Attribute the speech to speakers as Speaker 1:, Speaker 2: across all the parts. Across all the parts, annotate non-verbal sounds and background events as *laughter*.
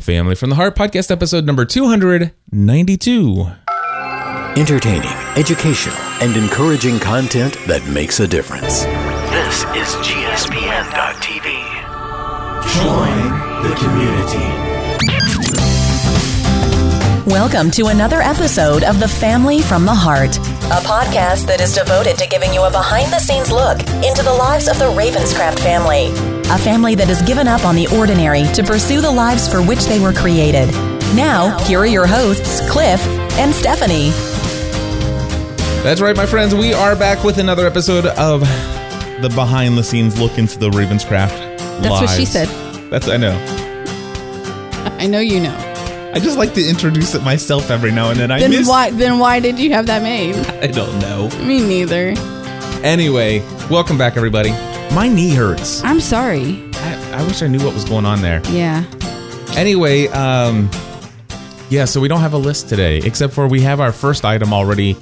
Speaker 1: family from the Heart Podcast, episode number 292.
Speaker 2: Entertaining, educational, and encouraging content that makes a difference.
Speaker 3: This is GSPN.TV.
Speaker 4: Welcome to another episode of The Family from the Heart, a podcast that is devoted to giving you a behind the scenes look into the lives of the Ravenscraft family, a family that has given up on the ordinary to pursue the lives for which they were created. Now, here are your hosts, Cliff and Stephanie.
Speaker 1: That's right, my friends. We are back with another episode of the behind the scenes look into the Ravenscraft.
Speaker 5: That's what she
Speaker 1: lives.
Speaker 5: said.
Speaker 1: That's I know.
Speaker 5: I know you know.
Speaker 1: I just like to introduce it myself every now and then. I
Speaker 5: Then
Speaker 1: miss.
Speaker 5: why then why did you have that made?
Speaker 1: I don't know.
Speaker 5: Me neither.
Speaker 1: Anyway, welcome back, everybody. My knee hurts.
Speaker 5: I'm sorry.
Speaker 1: I, I wish I knew what was going on there.
Speaker 5: Yeah.
Speaker 1: Anyway, um, yeah, so we don't have a list today, except for we have our first item already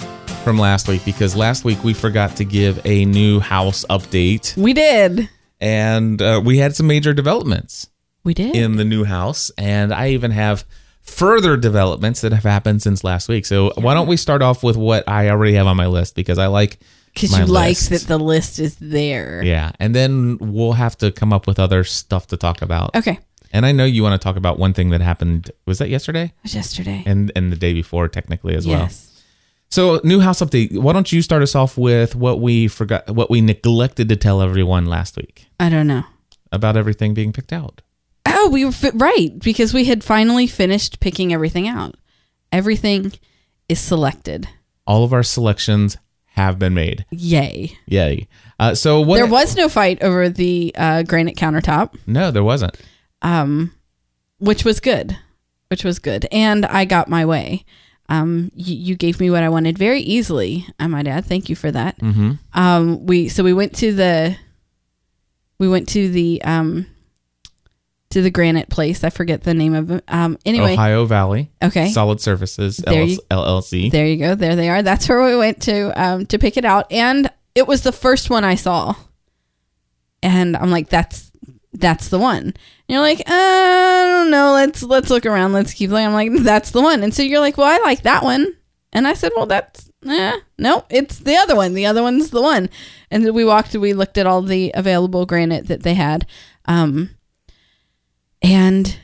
Speaker 1: from last week because last week we forgot to give a new house update
Speaker 5: We did.
Speaker 1: and uh, we had some major developments
Speaker 5: We did.
Speaker 1: in the new house. And I even have further developments that have happened since last week. So why don't we start off with what I already have on my list because I like.
Speaker 5: Because
Speaker 1: my
Speaker 5: you like
Speaker 1: list.
Speaker 5: that the list is there.
Speaker 1: Yeah, and then we'll have to come up with other stuff to talk about.
Speaker 5: Okay.
Speaker 1: And I know you want to talk about one thing that happened. Was that yesterday?
Speaker 5: It was yesterday.
Speaker 1: And and the day before, technically as well.
Speaker 5: yes.
Speaker 1: So new house update. Why don't you start us off with what we forgot, what we neglected to tell everyone last week
Speaker 5: I don't know.
Speaker 1: about everything being picked out?
Speaker 5: Oh, we were fi- right because we had finally finished picking everything out. Everything is selected.
Speaker 1: All of our selections have been made.
Speaker 5: Yay.
Speaker 1: Yay! Uh, so what?
Speaker 5: there was no fight over the uh, granite countertop.
Speaker 1: no, there wasn't.
Speaker 5: um, which was good, which was good, and I got my way. Um, you, you gave me what I wanted very easily. I might add. Thank you for that. Mm-hmm. Um, we so we went to the we went to the um to the granite place. I forget the name of it. Um, anyway,
Speaker 1: Ohio Valley.
Speaker 5: Okay.
Speaker 1: Solid Services
Speaker 5: There you-
Speaker 1: LLC.
Speaker 5: there you go. There they are. That's where we went to um to pick it out, and it was the first one I saw, and I'm like, that's that's the one. And you're like, uh, I don't know. Let's let's look around. Let's keep looking. I'm like, that's the one. And so you're like, well, I like that one. And I said, well, that's eh, no, it's the other one. The other one's the one. And then we walked. We looked at all the available granite that they had, um, and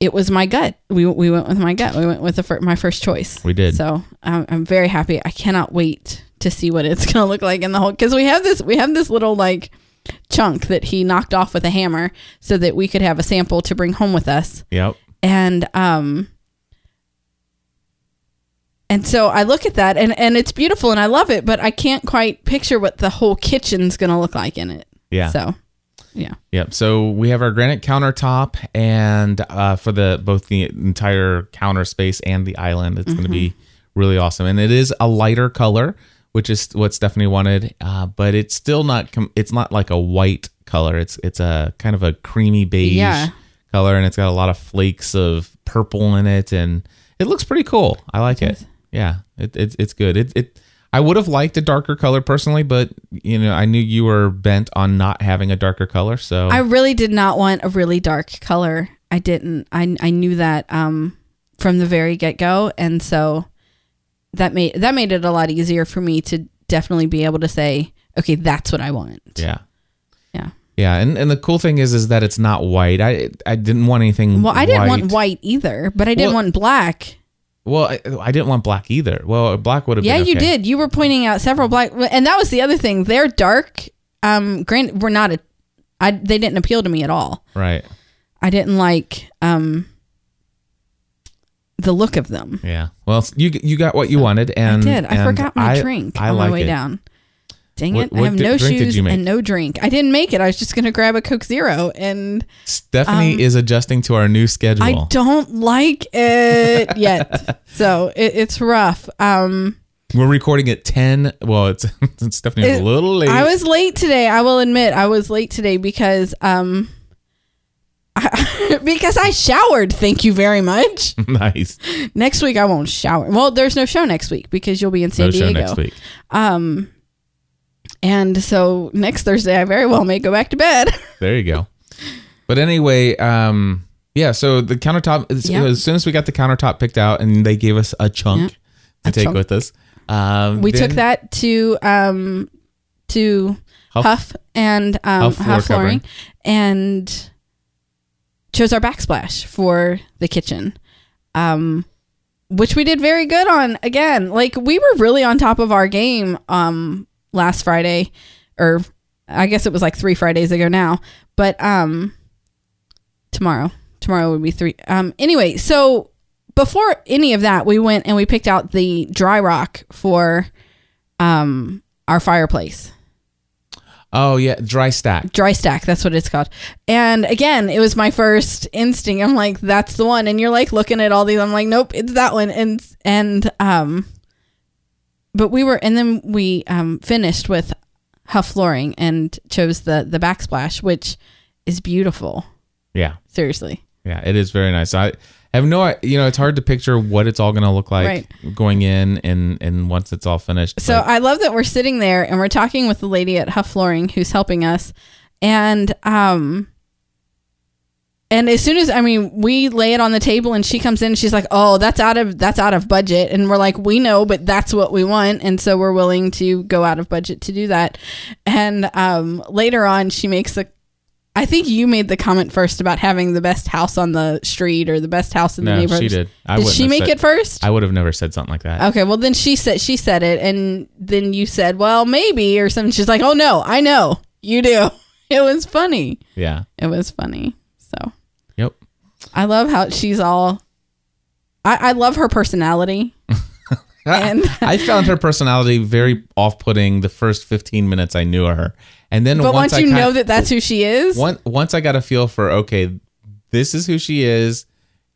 Speaker 5: it was my gut. We we went with my gut. We went with the fir- my first choice.
Speaker 1: We did.
Speaker 5: So um, I'm very happy. I cannot wait to see what it's *laughs* gonna look like in the whole. Because we have this we have this little like chunk that he knocked off with a hammer so that we could have a sample to bring home with us.
Speaker 1: Yep.
Speaker 5: And um and so I look at that and and it's beautiful and I love it, but I can't quite picture what the whole kitchen's going to look like in it.
Speaker 1: Yeah.
Speaker 5: So yeah.
Speaker 1: Yep. So we have our granite countertop, and uh, for the both the entire counter space and the island, it's going to be really awesome. And it is a lighter color, which is what Stephanie wanted, uh, but it's still not. Com- it's not like a white color. It's it's a kind of a creamy beige
Speaker 5: Yeah.
Speaker 1: color, and it's got a lot of flakes of purple in it, and it looks pretty cool. I like it. Yeah, it, it, it's good. It, it I would have liked a darker color personally, but you know I knew you were bent on not having a darker color, so
Speaker 5: I really did not want a really dark color. I didn't. I I knew that um from the very get go, and so that made that made it a lot easier for me to definitely be able to say, okay, that's what I want.
Speaker 1: Yeah.
Speaker 5: Yeah.
Speaker 1: Yeah, and, and the cool thing is is that it's not white. I I didn't want anything.
Speaker 5: Well, I didn't want white either, but I didn't
Speaker 1: Well-
Speaker 5: want black.
Speaker 1: Well, I, I didn't want black either. Well, uh, black would have.
Speaker 5: Yeah,
Speaker 1: been
Speaker 5: you
Speaker 1: okay.
Speaker 5: did. You were pointing out several black, and that was the other thing. Their dark, um, grant were not a. I they didn't appeal to me at all.
Speaker 1: Right.
Speaker 5: I didn't like um the look of them.
Speaker 1: Yeah. Well, s- you you got what you wanted, and
Speaker 5: I did. I
Speaker 1: and
Speaker 5: forgot my
Speaker 1: I-
Speaker 5: drink
Speaker 1: I
Speaker 5: on
Speaker 1: like
Speaker 5: my way
Speaker 1: it.
Speaker 5: down. Dang
Speaker 1: What-
Speaker 5: it!
Speaker 1: what
Speaker 5: I have
Speaker 1: di-
Speaker 5: no
Speaker 1: drink did
Speaker 5: shoes
Speaker 1: you make?
Speaker 5: and no drink. I didn't make it. I was just gonna grab a Coke Zero, and
Speaker 1: Stephanie is adjusting to our new schedule.
Speaker 5: Um, I don't like
Speaker 1: *laughs*
Speaker 5: it yet. so it, it's rough. Um,
Speaker 1: We're recording at ten. Well, it's *laughs* Stephanie's
Speaker 5: It-
Speaker 1: a little late.
Speaker 5: I was late today. I will admit I was late today because um, *laughs* because I showered. Thank you
Speaker 1: *laughs*
Speaker 5: very much.
Speaker 1: *laughs* nice.
Speaker 5: next week I won't shower. Well, there's no show next week because you'll be in San
Speaker 1: No
Speaker 5: Diego.
Speaker 1: show next week.
Speaker 5: And so next Thursday I very well may go back to bed.
Speaker 1: There you go. But anyway, um, Yeah, so the countertop. As,
Speaker 5: Yeah.
Speaker 1: as soon as we got the countertop picked out, and they gave us a chunk to
Speaker 5: A
Speaker 1: take
Speaker 5: chunk.
Speaker 1: with us. Um,
Speaker 5: *laughs* We
Speaker 1: then
Speaker 5: took that to um to
Speaker 1: Huff-
Speaker 5: Huff, and um,
Speaker 1: Huff
Speaker 5: Huff,
Speaker 1: floor
Speaker 5: flooring
Speaker 1: covering.
Speaker 5: and chose our backsplash for the kitchen. Um which we did very good on again. Like we were really on top of our game um last Friday or I guess it was like 3 Fridays ago now, but um tomorrow. Tomorrow would be 3. Um anyway, so before any of that, we went and we picked out the dry rock for um our fireplace.
Speaker 1: Oh yeah, dry stack.
Speaker 5: Dry stack, that's what it's called. And again, it was my first instinct. I'm like, that's the one. And you're like looking at all these. I'm like, nope, it's that one. And and um but we were and then we um finished with Huff flooring and chose the the backsplash, which is beautiful.
Speaker 1: Yeah,
Speaker 5: Seriously.
Speaker 1: yeah, it is very nice. I have no, you know, it's hard to picture what it's all going to look like
Speaker 5: Right.
Speaker 1: going in and and once it's all finished.
Speaker 5: So
Speaker 1: but
Speaker 5: I love that we're sitting there and we're talking with the lady at Huff Flooring who's helping us, and um, and as soon as I mean we lay it on the table and she comes in, she's like, "Oh, that's out of that's out of budget," and we're like, "We know, but that's what we want," and so we're willing to go out of budget to do that. And um, later on, she makes the. I think you made the comment first about having the best house on the street or the best house in the
Speaker 1: No, she
Speaker 5: neighborhood.
Speaker 1: did. I
Speaker 5: did
Speaker 1: wouldn't
Speaker 5: she
Speaker 1: have
Speaker 5: make
Speaker 1: said-
Speaker 5: it first?
Speaker 1: I would have never said something like that.
Speaker 5: Okay, well then she said she said it, and then you said, "Well, maybe" or something. She's like, "Oh no, I know you do." *laughs* It was funny.
Speaker 1: Yeah.
Speaker 5: It was funny. So
Speaker 1: Yep.
Speaker 5: I love how she's all. I, I love her personality. and
Speaker 1: Ah, *laughs* I found her personality very off-putting the first 15 minutes I knew her, and then
Speaker 5: but
Speaker 1: once
Speaker 5: once,
Speaker 1: I
Speaker 5: you
Speaker 1: kind-
Speaker 5: know that that's who she is,
Speaker 1: once once I got a feel for okay, this is who she is,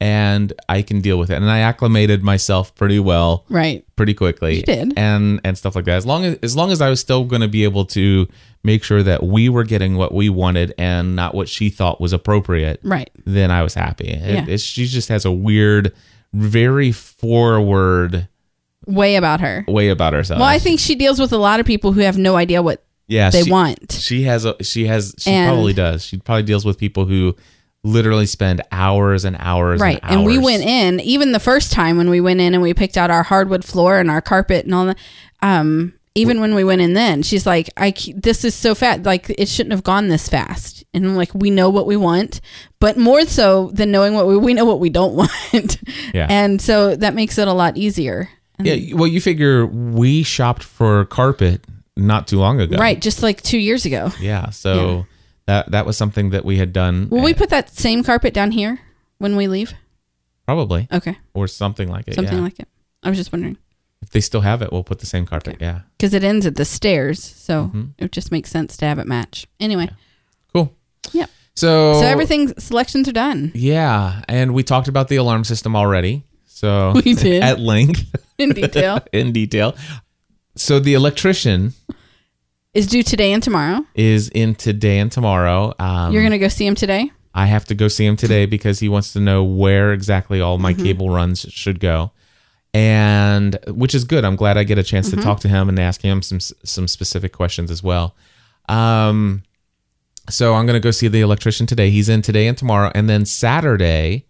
Speaker 1: and I can deal with it. And I acclimated myself pretty well,
Speaker 5: right?
Speaker 1: pretty quickly.
Speaker 5: You did.
Speaker 1: and and stuff like that. As long as as long as I was still going to be able to make sure that we were getting what we wanted and not what she thought was appropriate,
Speaker 5: Right.
Speaker 1: then I was happy. It-
Speaker 5: Yeah.
Speaker 1: it's- she just has a weird, very forward
Speaker 5: Way about her.
Speaker 1: way about herself.
Speaker 5: Well, I think she deals with a lot of people who have no idea what
Speaker 1: yeah,
Speaker 5: they
Speaker 1: she-
Speaker 5: want.
Speaker 1: She has a she has she
Speaker 5: And-
Speaker 1: probably does. She probably deals with people who literally spend hours and hours
Speaker 5: Right.
Speaker 1: and hours.
Speaker 5: And we went in, even the first time when we went in and we picked out our hardwood floor and our carpet and all that. Um, even when we went in then, she's like, I, c- this is so fast. Like, it shouldn't have gone this fast. And I'm like, we know what we want, but more so than knowing what we, we know what we don't *laughs* want.
Speaker 1: Yeah.
Speaker 5: And so that makes it a lot easier.
Speaker 1: Yeah, well you figure we shopped for carpet not too long ago.
Speaker 5: Right. Just like two years ago.
Speaker 1: Yeah. So that that was something that we had done
Speaker 5: Will we
Speaker 1: eh,
Speaker 5: put that same carpet down here when we leave?
Speaker 1: probably
Speaker 5: Okay.
Speaker 1: or something like it.
Speaker 5: Something
Speaker 1: yeah.
Speaker 5: like it. I was just wondering.
Speaker 1: if they still have it, we'll put the same carpet. Yeah.
Speaker 5: Because it ends at the stairs. So
Speaker 1: Mm-hmm.
Speaker 5: it just makes sense to have it match. Anyway.
Speaker 1: Cool.
Speaker 5: Yep.
Speaker 1: So
Speaker 5: So everything selections are done.
Speaker 1: *laughs* Yeah, and we talked about the alarm system already. So
Speaker 5: *laughs* We did.
Speaker 1: at length *laughs*
Speaker 5: In detail
Speaker 1: in detail. So the electrician
Speaker 5: is due today and tomorrow.
Speaker 1: is in today and tomorrow. Um,
Speaker 5: You're gonna go see him today.
Speaker 1: I have to go see him today because he wants to know where exactly all
Speaker 5: Mm-hmm.
Speaker 1: my cable runs should go. And which is good. I'm glad I get a chance
Speaker 5: Mm-hmm.
Speaker 1: to talk to him and ask him some some specific questions as well. Um so I'm going to go see the electrician today. He's in today and tomorrow and then Saturday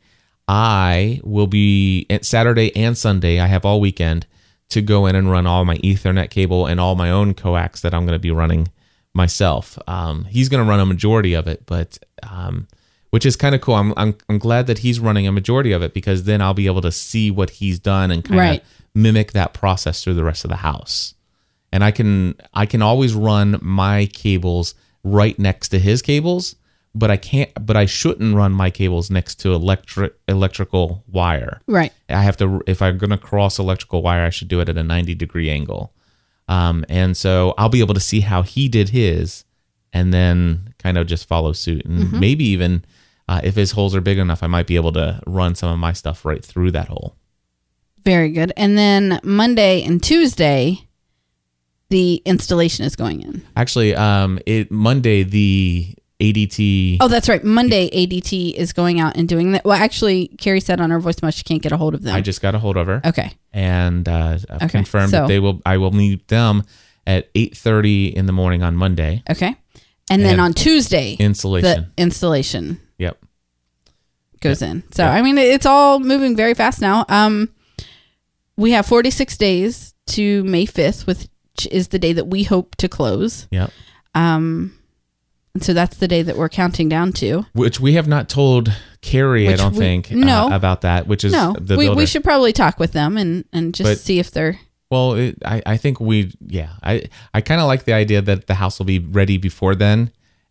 Speaker 1: I will be at Saturday and Sunday. I have all weekend to go in and run all my Ethernet cable and all my own coax that I'm going to be running myself. Um, he's going to run a majority of it, but um, which is kind of cool. I'm, I'm I'm glad that he's running a majority of it because then I'll be able to see what he's done and kind of
Speaker 5: Right.
Speaker 1: mimic that process through the rest of the house. And I can I can always run my cables right next to his cables, but I can't but I shouldn't run my cables next to electric electrical wire.
Speaker 5: Right.
Speaker 1: I have to if I'm gonna cross electrical wire, I should do it at a 90 degree angle. Um, and so I'll be able to see how he did his, and then kind of just follow suit, and maybe even uh, if his holes are big enough, I might be able to run some of my stuff right through that hole.
Speaker 5: Very good. And then Monday and Tuesday, the installation is going in.
Speaker 1: Actually, um, it Monday the ADT.
Speaker 5: Oh, that's right. Monday ADT is going out and doing that. Well, actually, Carrie said on her voicemail she can't get a hold of them.
Speaker 1: I just got a hold of her.
Speaker 5: Um, okay.
Speaker 1: and uh, I've
Speaker 5: Okay,
Speaker 1: confirmed that
Speaker 5: so-
Speaker 1: they will. I will meet them at 8:30 in the morning on Monday.
Speaker 5: Okay. And then
Speaker 1: And
Speaker 5: on Tuesday,
Speaker 1: Installation.
Speaker 5: the installation.
Speaker 1: Yep.
Speaker 5: goes in. So I mean, it's all moving very fast now. Um, we have 46 days to May 5th, which is the day that we hope to close.
Speaker 1: Yep.
Speaker 5: And so that's the day that we're counting down to.
Speaker 1: Which we have not told Carrie, I
Speaker 5: Which
Speaker 1: don't
Speaker 5: we-
Speaker 1: think,
Speaker 5: no.
Speaker 1: uh, about that. Which is
Speaker 5: No,
Speaker 1: the
Speaker 5: we,
Speaker 1: builder.
Speaker 5: we should probably talk with them and, and just
Speaker 1: But- Hmm.
Speaker 5: see if they're
Speaker 1: Well, it, I I think we yeah I I kind of like the idea that the house will be ready before then,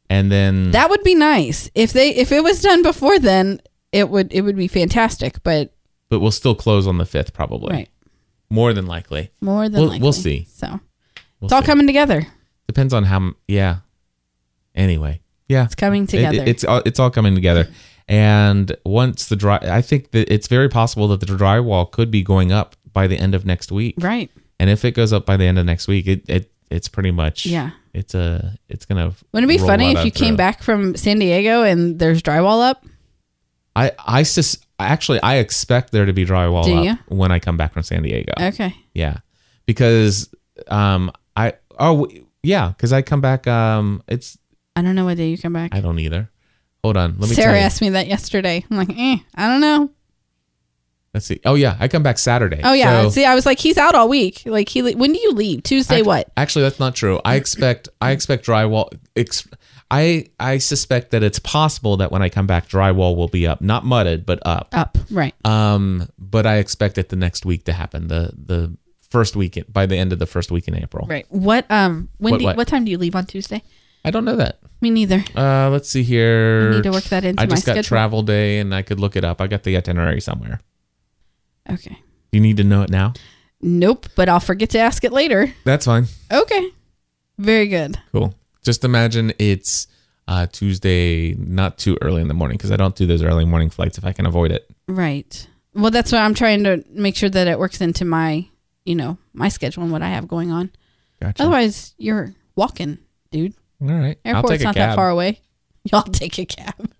Speaker 1: and then
Speaker 5: That would be nice. If they if it was done before then, it would it would be fantastic, but
Speaker 1: but we'll still close on the fifth probably.
Speaker 5: right.
Speaker 1: More than likely,
Speaker 5: More than
Speaker 1: We'll-
Speaker 5: likely.
Speaker 1: we'll see.
Speaker 5: So
Speaker 1: We'll
Speaker 5: it's all
Speaker 1: see.
Speaker 5: coming together.
Speaker 1: Depends on how. m- Yeah. Anyway, yeah, it's
Speaker 5: coming together.
Speaker 1: it's all it's all coming together, and once the dry, I think that it's very possible that the drywall could be going up by the end of next week.
Speaker 5: Right.
Speaker 1: And if it goes up by the end of next week, it, it it's pretty much
Speaker 5: Yeah.
Speaker 1: It's a it's gonna.
Speaker 5: Wouldn't it be
Speaker 1: roll
Speaker 5: funny
Speaker 1: out
Speaker 5: if you
Speaker 1: of
Speaker 5: came
Speaker 1: the-
Speaker 5: back from San Diego and there's drywall up?
Speaker 1: I I sus- actually I expect there to be drywall
Speaker 5: Do
Speaker 1: up
Speaker 5: you?
Speaker 1: when I come back from San Diego.
Speaker 5: Okay.
Speaker 1: Yeah, because um I oh w- yeah because I come back um it's
Speaker 5: I don't know what day you come back.
Speaker 1: I don't either. Hold on, let me
Speaker 5: Sarah
Speaker 1: tell you.
Speaker 5: asked me that yesterday. I'm like, eh, I don't know.
Speaker 1: Let's see. Oh yeah, I come back Saturday.
Speaker 5: Oh yeah.
Speaker 1: So-
Speaker 5: See, I was like, he's out all week. Like he. le- When do you leave? Tuesday.
Speaker 1: Act-
Speaker 5: what?
Speaker 1: Actually, that's not true. I expect I expect drywall. Ex- I I suspect that it's possible that when I come back, drywall will be up, not mudded, but up.
Speaker 5: Up. Right.
Speaker 1: Um, but I expect it the next week to happen. The the first weekend by the end of the first week in April.
Speaker 5: Right. What? Um. When?
Speaker 1: What-
Speaker 5: do you,
Speaker 1: what?
Speaker 5: what time do you leave on Tuesday?
Speaker 1: I don't know that.
Speaker 5: Me neither.
Speaker 1: Uh, let's see here.
Speaker 5: I need to work that into
Speaker 1: I just
Speaker 5: my
Speaker 1: got
Speaker 5: schedule.
Speaker 1: travel day, and I could look it up. I got the itinerary somewhere.
Speaker 5: Okay.
Speaker 1: Do you need to know it now?
Speaker 5: Nope. But I'll forget to ask it later.
Speaker 1: That's fine.
Speaker 5: Okay. Very good.
Speaker 1: Cool. Just imagine it's uh, Tuesday, not too early in the morning, because I don't do those early morning flights if I can avoid it.
Speaker 5: Right. Well, that's why I'm trying to make sure that it works into my, you know, my schedule and what I have going on.
Speaker 1: Gotcha.
Speaker 5: Otherwise, you're walking, dude.
Speaker 1: All right. I'll
Speaker 5: Oh, Airport's
Speaker 1: take a
Speaker 5: not
Speaker 1: cab.
Speaker 5: that far away. *laughs* Y'all take a cab.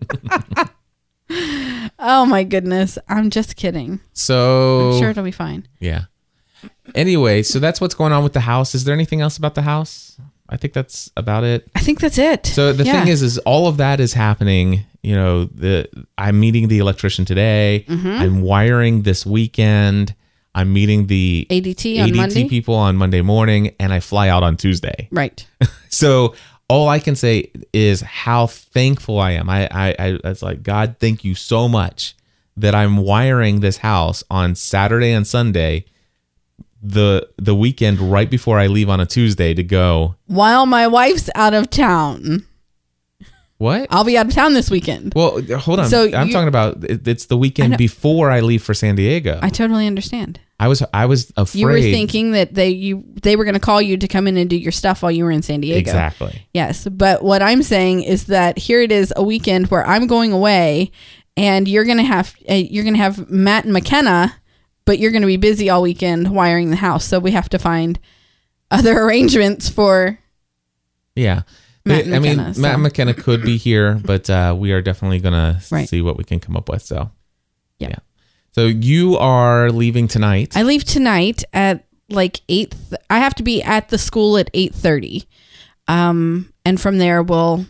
Speaker 5: *laughs* oh my goodness. I'm just kidding.
Speaker 1: So
Speaker 5: I'm sure it'll be fine.
Speaker 1: yeah. Anyway, so that's what's going on with the house. Is there anything else about the house? I think that's about it.
Speaker 5: I think that's it.
Speaker 1: So the
Speaker 5: Yeah.
Speaker 1: thing is, is all of that is happening. You know, the I'm meeting the electrician today.
Speaker 5: Mm-hmm.
Speaker 1: I'm wiring this weekend. I'm meeting the
Speaker 5: ADT on Monday.
Speaker 1: people on Monday morning, and I fly out on Tuesday.
Speaker 5: Right.
Speaker 1: So all I can say is how thankful I am. I, I, I it's like God, thank you so much that I'm wiring this house on Saturday and Sunday, the the weekend right before I leave on a Tuesday to go.
Speaker 5: While my wife's out of town,
Speaker 1: What?
Speaker 5: I'll be out of town this weekend.
Speaker 1: Well, hold on.
Speaker 5: So
Speaker 1: I'm
Speaker 5: you-
Speaker 1: talking about it, it's the
Speaker 5: know.
Speaker 1: weekend before I leave for San Diego.
Speaker 5: I
Speaker 1: I,
Speaker 5: totally understand.
Speaker 1: was I was afraid.
Speaker 5: You were thinking that they you they were going to call you to come in and do your stuff while you were in San Diego.
Speaker 1: exactly.
Speaker 5: Yes, but what I'm saying is that here it is a weekend where I'm going away, and you're gonna have uh, you're gonna have Matt and McKenna, but you're gonna be busy all weekend wiring the house. So we have to find other *laughs* arrangements for.
Speaker 1: Yeah.
Speaker 5: Matt
Speaker 1: They- I mean,
Speaker 5: McKenna,
Speaker 1: Matt
Speaker 5: so-
Speaker 1: McKenna could be here,
Speaker 5: *laughs*
Speaker 1: but uh, we are definitely gonna
Speaker 5: Right.
Speaker 1: see what we can come up with. So,
Speaker 5: Yeah.
Speaker 1: So you are leaving tonight.
Speaker 5: I leave tonight at like eight. th- I have to be at the school at eight thirty, um, and from there we'll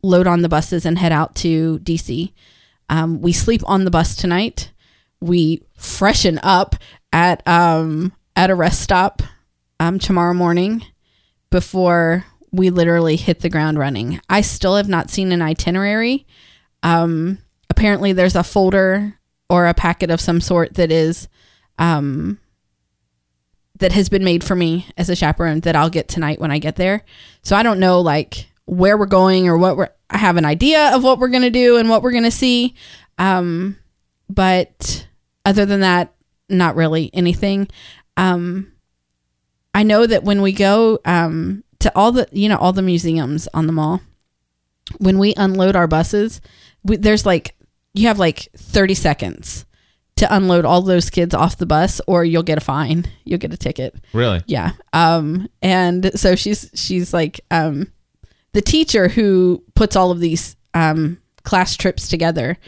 Speaker 5: load on the buses and head out to DC. Um, we sleep on the bus tonight. We freshen up at um, at a rest stop um, tomorrow morning before we literally hit the ground running. I still have not seen an itinerary. Um, apparently, there's a folder or a packet of some sort that is um, that has been made for me as a chaperone that I'll get tonight when I get there. So I don't know like where we're going or what we're. I have an idea of what we're gonna do and what we're gonna see, um, but other than that, not really anything. Um, I know that when we go um, to all the you know all the museums on the mall, when we unload our buses, we, there's like you have like 30 seconds to unload all those kids off the bus or you'll get a fine you'll get a ticket
Speaker 1: really?
Speaker 5: yeah um and so she's she's like um the teacher who puts all of these um class trips together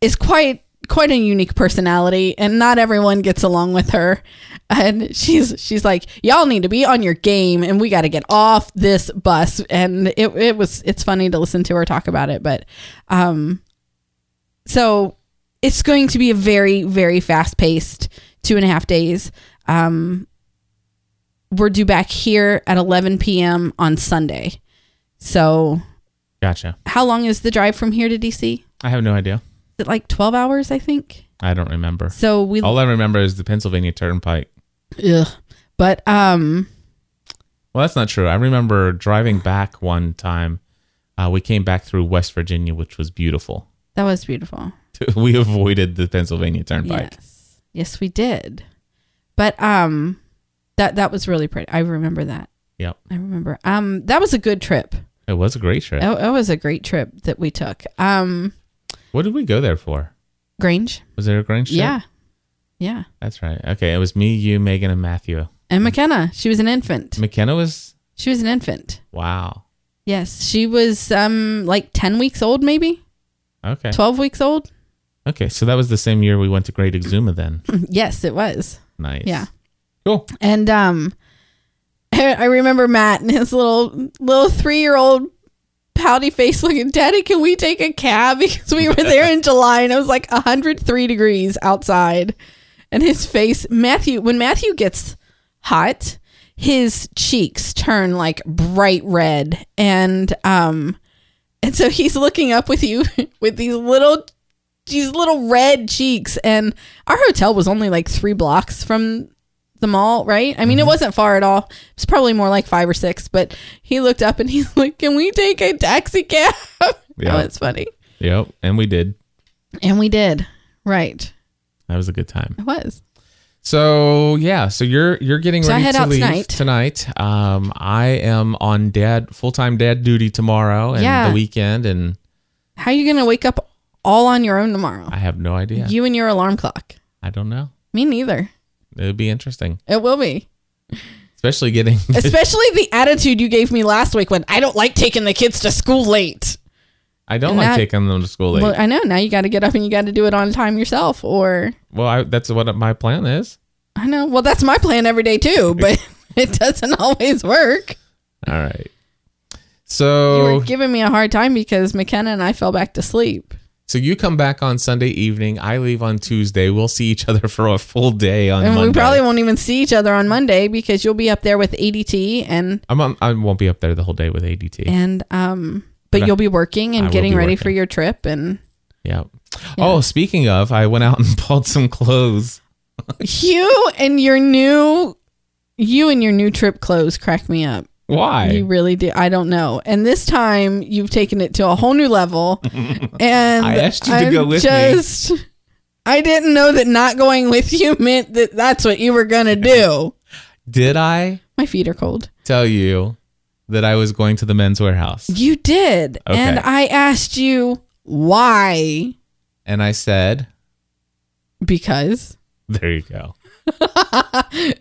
Speaker 5: is quite quite a unique personality and not everyone gets along with her and she's she's like y'all need to be on your game and we got to get off this bus and it, it was it's funny to listen to her talk about it but um so it's going to be a very very fast paced two and a half days um we're due back here at 11 p.m on sunday so
Speaker 1: Gotcha.
Speaker 5: how long is the drive from here to dc is
Speaker 1: I have no idea.
Speaker 5: it like 12 hours i think
Speaker 1: I don't remember.
Speaker 5: so we
Speaker 1: All I remember is the Pennsylvania Turnpike.
Speaker 5: ugh. but um
Speaker 1: Well, that's not true. I remember driving back one time. Uh, we came back through West Virginia, which was beautiful. *laughs*
Speaker 5: that was beautiful
Speaker 1: We avoided the Pennsylvania Turnpike.
Speaker 5: Yes. Yes, we did. But um that that was really pretty. I remember that.
Speaker 1: Yep.
Speaker 5: I remember. Um that was a good trip.
Speaker 1: It was a great trip.
Speaker 5: That, that was a great trip that we took. Um
Speaker 1: What did we go there for?
Speaker 5: Grange?
Speaker 1: Was there a Grange trip?
Speaker 5: Yeah. Yeah.
Speaker 1: That's right. Okay. It was me, you, Megan, and Matthew.
Speaker 5: And McKenna, she was an infant.
Speaker 1: McKenna was,
Speaker 5: She was an infant.
Speaker 1: wow.
Speaker 5: Yes, she was um like 10 weeks old maybe?
Speaker 1: Okay.
Speaker 5: 12 weeks old?
Speaker 1: Okay. So that was the same year we went to Great Exuma
Speaker 5: *clears throat*
Speaker 1: then.
Speaker 5: Mm, Yes, it was.
Speaker 1: Nice.
Speaker 5: Yeah.
Speaker 1: Cool.
Speaker 5: And um, *laughs* I, I remember Matt and his little little three year old pouty face looking, Daddy, can we take a cab? *laughs* Because we were there in July and it was like 103 degrees outside. And his face, Matthew, when Matthew gets hot, his cheeks turn like bright red. And um, and so he's looking up with you *laughs* with these little these little red cheeks and our hotel was only like three blocks from the mall right i mean it wasn't far at all it's probably more like five or six but he looked up and *laughs* he's like can we take a taxi cab *laughs*
Speaker 1: Yeah.
Speaker 5: that was funny
Speaker 1: Yep. And we did.
Speaker 5: and we did right
Speaker 1: That was a good time.
Speaker 5: it was
Speaker 1: So yeah, so you're you're getting
Speaker 5: So I
Speaker 1: ready
Speaker 5: head
Speaker 1: to
Speaker 5: out
Speaker 1: leave
Speaker 5: tonight.
Speaker 1: tonight. Um, I am on dad full time dad duty tomorrow and
Speaker 5: Yeah.
Speaker 1: the weekend, and
Speaker 5: how you gonna wake up all on your own tomorrow
Speaker 1: I have no idea.
Speaker 5: you and your alarm clock
Speaker 1: I don't know.
Speaker 5: me neither
Speaker 1: It'd be interesting,
Speaker 5: it
Speaker 1: *laughs*
Speaker 5: will be
Speaker 1: especially
Speaker 5: *laughs*
Speaker 1: getting.
Speaker 5: especially the attitude you gave me last week when i don't like taking the kids to school late
Speaker 1: *laughs* I don't
Speaker 5: and
Speaker 1: like
Speaker 5: that-
Speaker 1: taking them to school late.
Speaker 5: Well,
Speaker 1: Well,
Speaker 5: I know. Now you got to get up and you got to do it on time yourself. Or
Speaker 1: I, that's what my plan is.
Speaker 5: I know. Well, that's my plan every day too, but *laughs* it doesn't always work.
Speaker 1: All right.
Speaker 5: You
Speaker 1: So
Speaker 5: were giving me a hard time because McKenna and I fell back to sleep.
Speaker 1: so you come back on Sunday evening. I leave on Tuesday. We'll see each other *laughs* for a full day on
Speaker 5: And
Speaker 1: Monday.
Speaker 5: we probably won't even see each other on Monday because you'll be up there with ADT and
Speaker 1: I'm on, I won't be up there the whole day with ADT.
Speaker 5: and um but
Speaker 1: But I-
Speaker 5: you'll be working
Speaker 1: I
Speaker 5: and
Speaker 1: will
Speaker 5: getting
Speaker 1: be
Speaker 5: ready
Speaker 1: working.
Speaker 5: for your trip and
Speaker 1: Yeah. Oh, speaking of, I went out and *laughs* bought some clothes.
Speaker 5: you and your new you and your new trip clothes crack me up.
Speaker 1: Why?
Speaker 5: You really do. I don't know. And this time you've taken it to a whole new level.
Speaker 1: *laughs*
Speaker 5: and
Speaker 1: I asked you to go with me.
Speaker 5: just, me. I didn't know that not going with you meant that that's what you were going
Speaker 1: *laughs*
Speaker 5: to do.
Speaker 1: Did I
Speaker 5: My feet are cold.
Speaker 1: tell you that I was going to the men's warehouse?
Speaker 5: You did.
Speaker 1: Okay.
Speaker 5: And I asked you why.
Speaker 1: And I said,
Speaker 5: Because.
Speaker 1: there you go.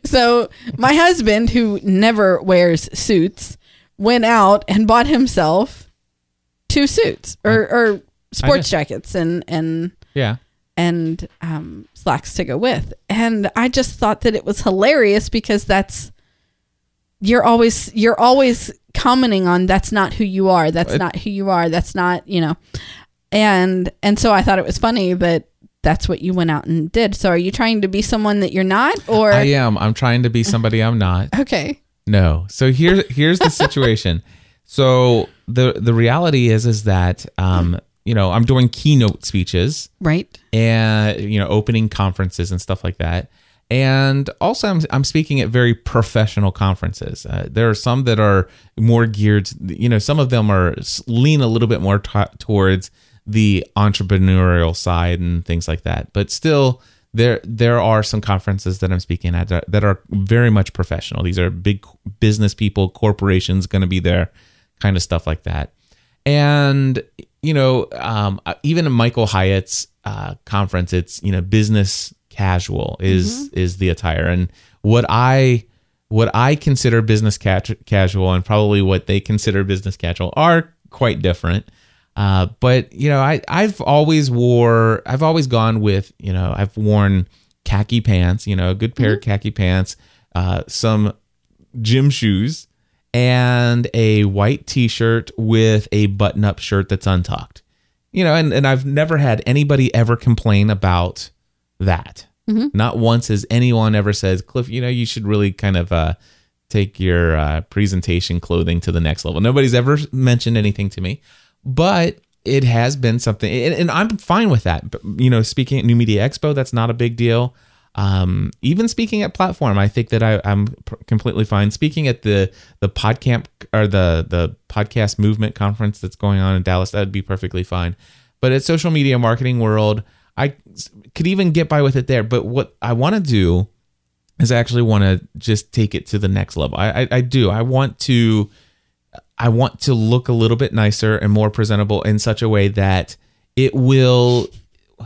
Speaker 5: So my husband, who never wears suits, went out and bought himself two suits or, or sports jackets and, and
Speaker 1: Yeah.
Speaker 5: and um, slacks to go with. And I just thought that it was hilarious because that's you're always you're always commenting on that's not who you are. That's not who you are. That's not you know. And and so I thought it was funny that that's what you went out and did. So are you trying to be someone that you're not or
Speaker 1: I am. I'm trying to be somebody I'm not.
Speaker 5: okay?
Speaker 1: No. So here here's the situation. *laughs* so the the reality is is that um, you know, I'm doing keynote speeches.
Speaker 5: Right.
Speaker 1: and you know opening conferences and stuff like that and also i'm, I'm speaking at very professional conferences uh, there are some that are more geared you know some of them are s- lean a little bit more t- towards the entrepreneurial side and things like that but still there there are some conferences that i'm speaking at that, that are very much professional these are big business people corporations going to be there kind of stuff like that and you know um, even in michael hyatt's uh, conference it's you know business casual is is the attire and what i what i consider business ca- casual and probably what they consider business casual are quite different uh, but you know I, i've always wore i've always gone with you know i've worn khaki pants you know a good pair of khaki pants uh, some gym shoes and a white t-shirt with a button-up shirt that's untucked you know, and, and I've never had anybody ever complain about that. Not once has anyone ever said, Cliff, you know, you should really kind of uh, take your uh, presentation clothing to the next level. Nobody's ever mentioned anything to me, but it has been something, and, and I'm fine with that. But, you know, speaking at New Media Expo, that's not a big deal. Um, even speaking at platform, I think that I, I'm pr- completely fine. Speaking at the the podcamp or the the podcast movement conference that's going on in Dallas, that'd be perfectly fine. But at social media marketing world, I s- could even get by with it there. But what I want to do is I actually want to just take it to the next level. I, I I do. I want to I want to look a little bit nicer and more presentable in such a way that it will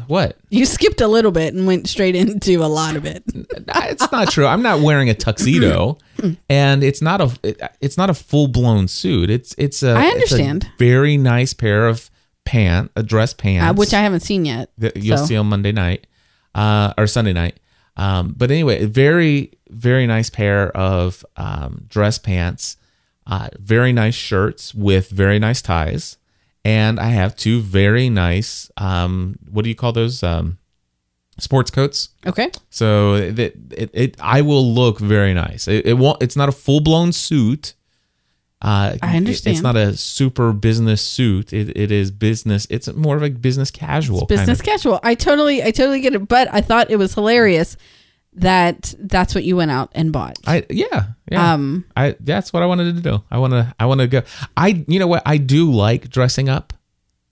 Speaker 1: what?
Speaker 5: You skipped a little bit and went straight into a lot of it. uh,
Speaker 1: it's not true. I'm not wearing a tuxedo, and it's not a it- it's not a full blown suit. It's it's a
Speaker 5: I
Speaker 1: it's a
Speaker 5: understand.
Speaker 1: very nice pair of pant a dress pants,
Speaker 5: Uh, which I haven't seen yet.
Speaker 1: that you'll
Speaker 5: so.
Speaker 1: see on Monday night uh, or Sunday night. Um, but anyway, a very very nice pair of um, dress pants, uh, very nice shirts with very nice ties, and I have two very nice um, what do you call those um, sports coats?
Speaker 5: Okay.
Speaker 1: So that it, it I will look very nice. It, it won't. It's not a full blown suit. Uh,
Speaker 5: I understand.
Speaker 1: It's not a super business suit. It, it is business. It's more of a business casual.
Speaker 5: business
Speaker 1: Kind
Speaker 5: casual. I totally, I totally get it. But I thought it was hilarious that that's what you went out and bought.
Speaker 1: of. I yeah yeah.
Speaker 5: Um,
Speaker 1: I that's what I wanted to do. I want to I want to go. I you know what I do like dressing up.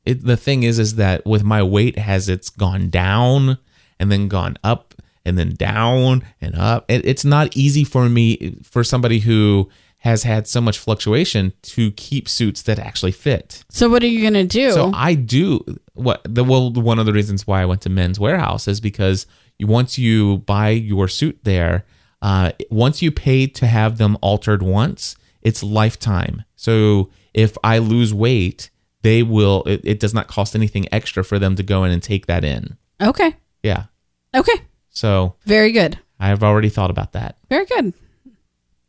Speaker 1: It, the thing is is that with my weight has it's gone down and then gone up and then down and up. It, it's not easy for me for somebody who has had so much fluctuation to keep suits that actually fit.
Speaker 5: So what are you gonna do?
Speaker 1: So I do what the well one of the reasons why I went to Men's Warehouse is because you, once you buy your suit there, uh, once you pay to have them altered once, it's lifetime. So if I lose weight, they will. It, it does not cost anything extra for them to go in and take that in.
Speaker 5: okay.
Speaker 1: Yeah.
Speaker 5: Okay.
Speaker 1: So
Speaker 5: Very good.
Speaker 1: I have already thought about that.
Speaker 5: Very good.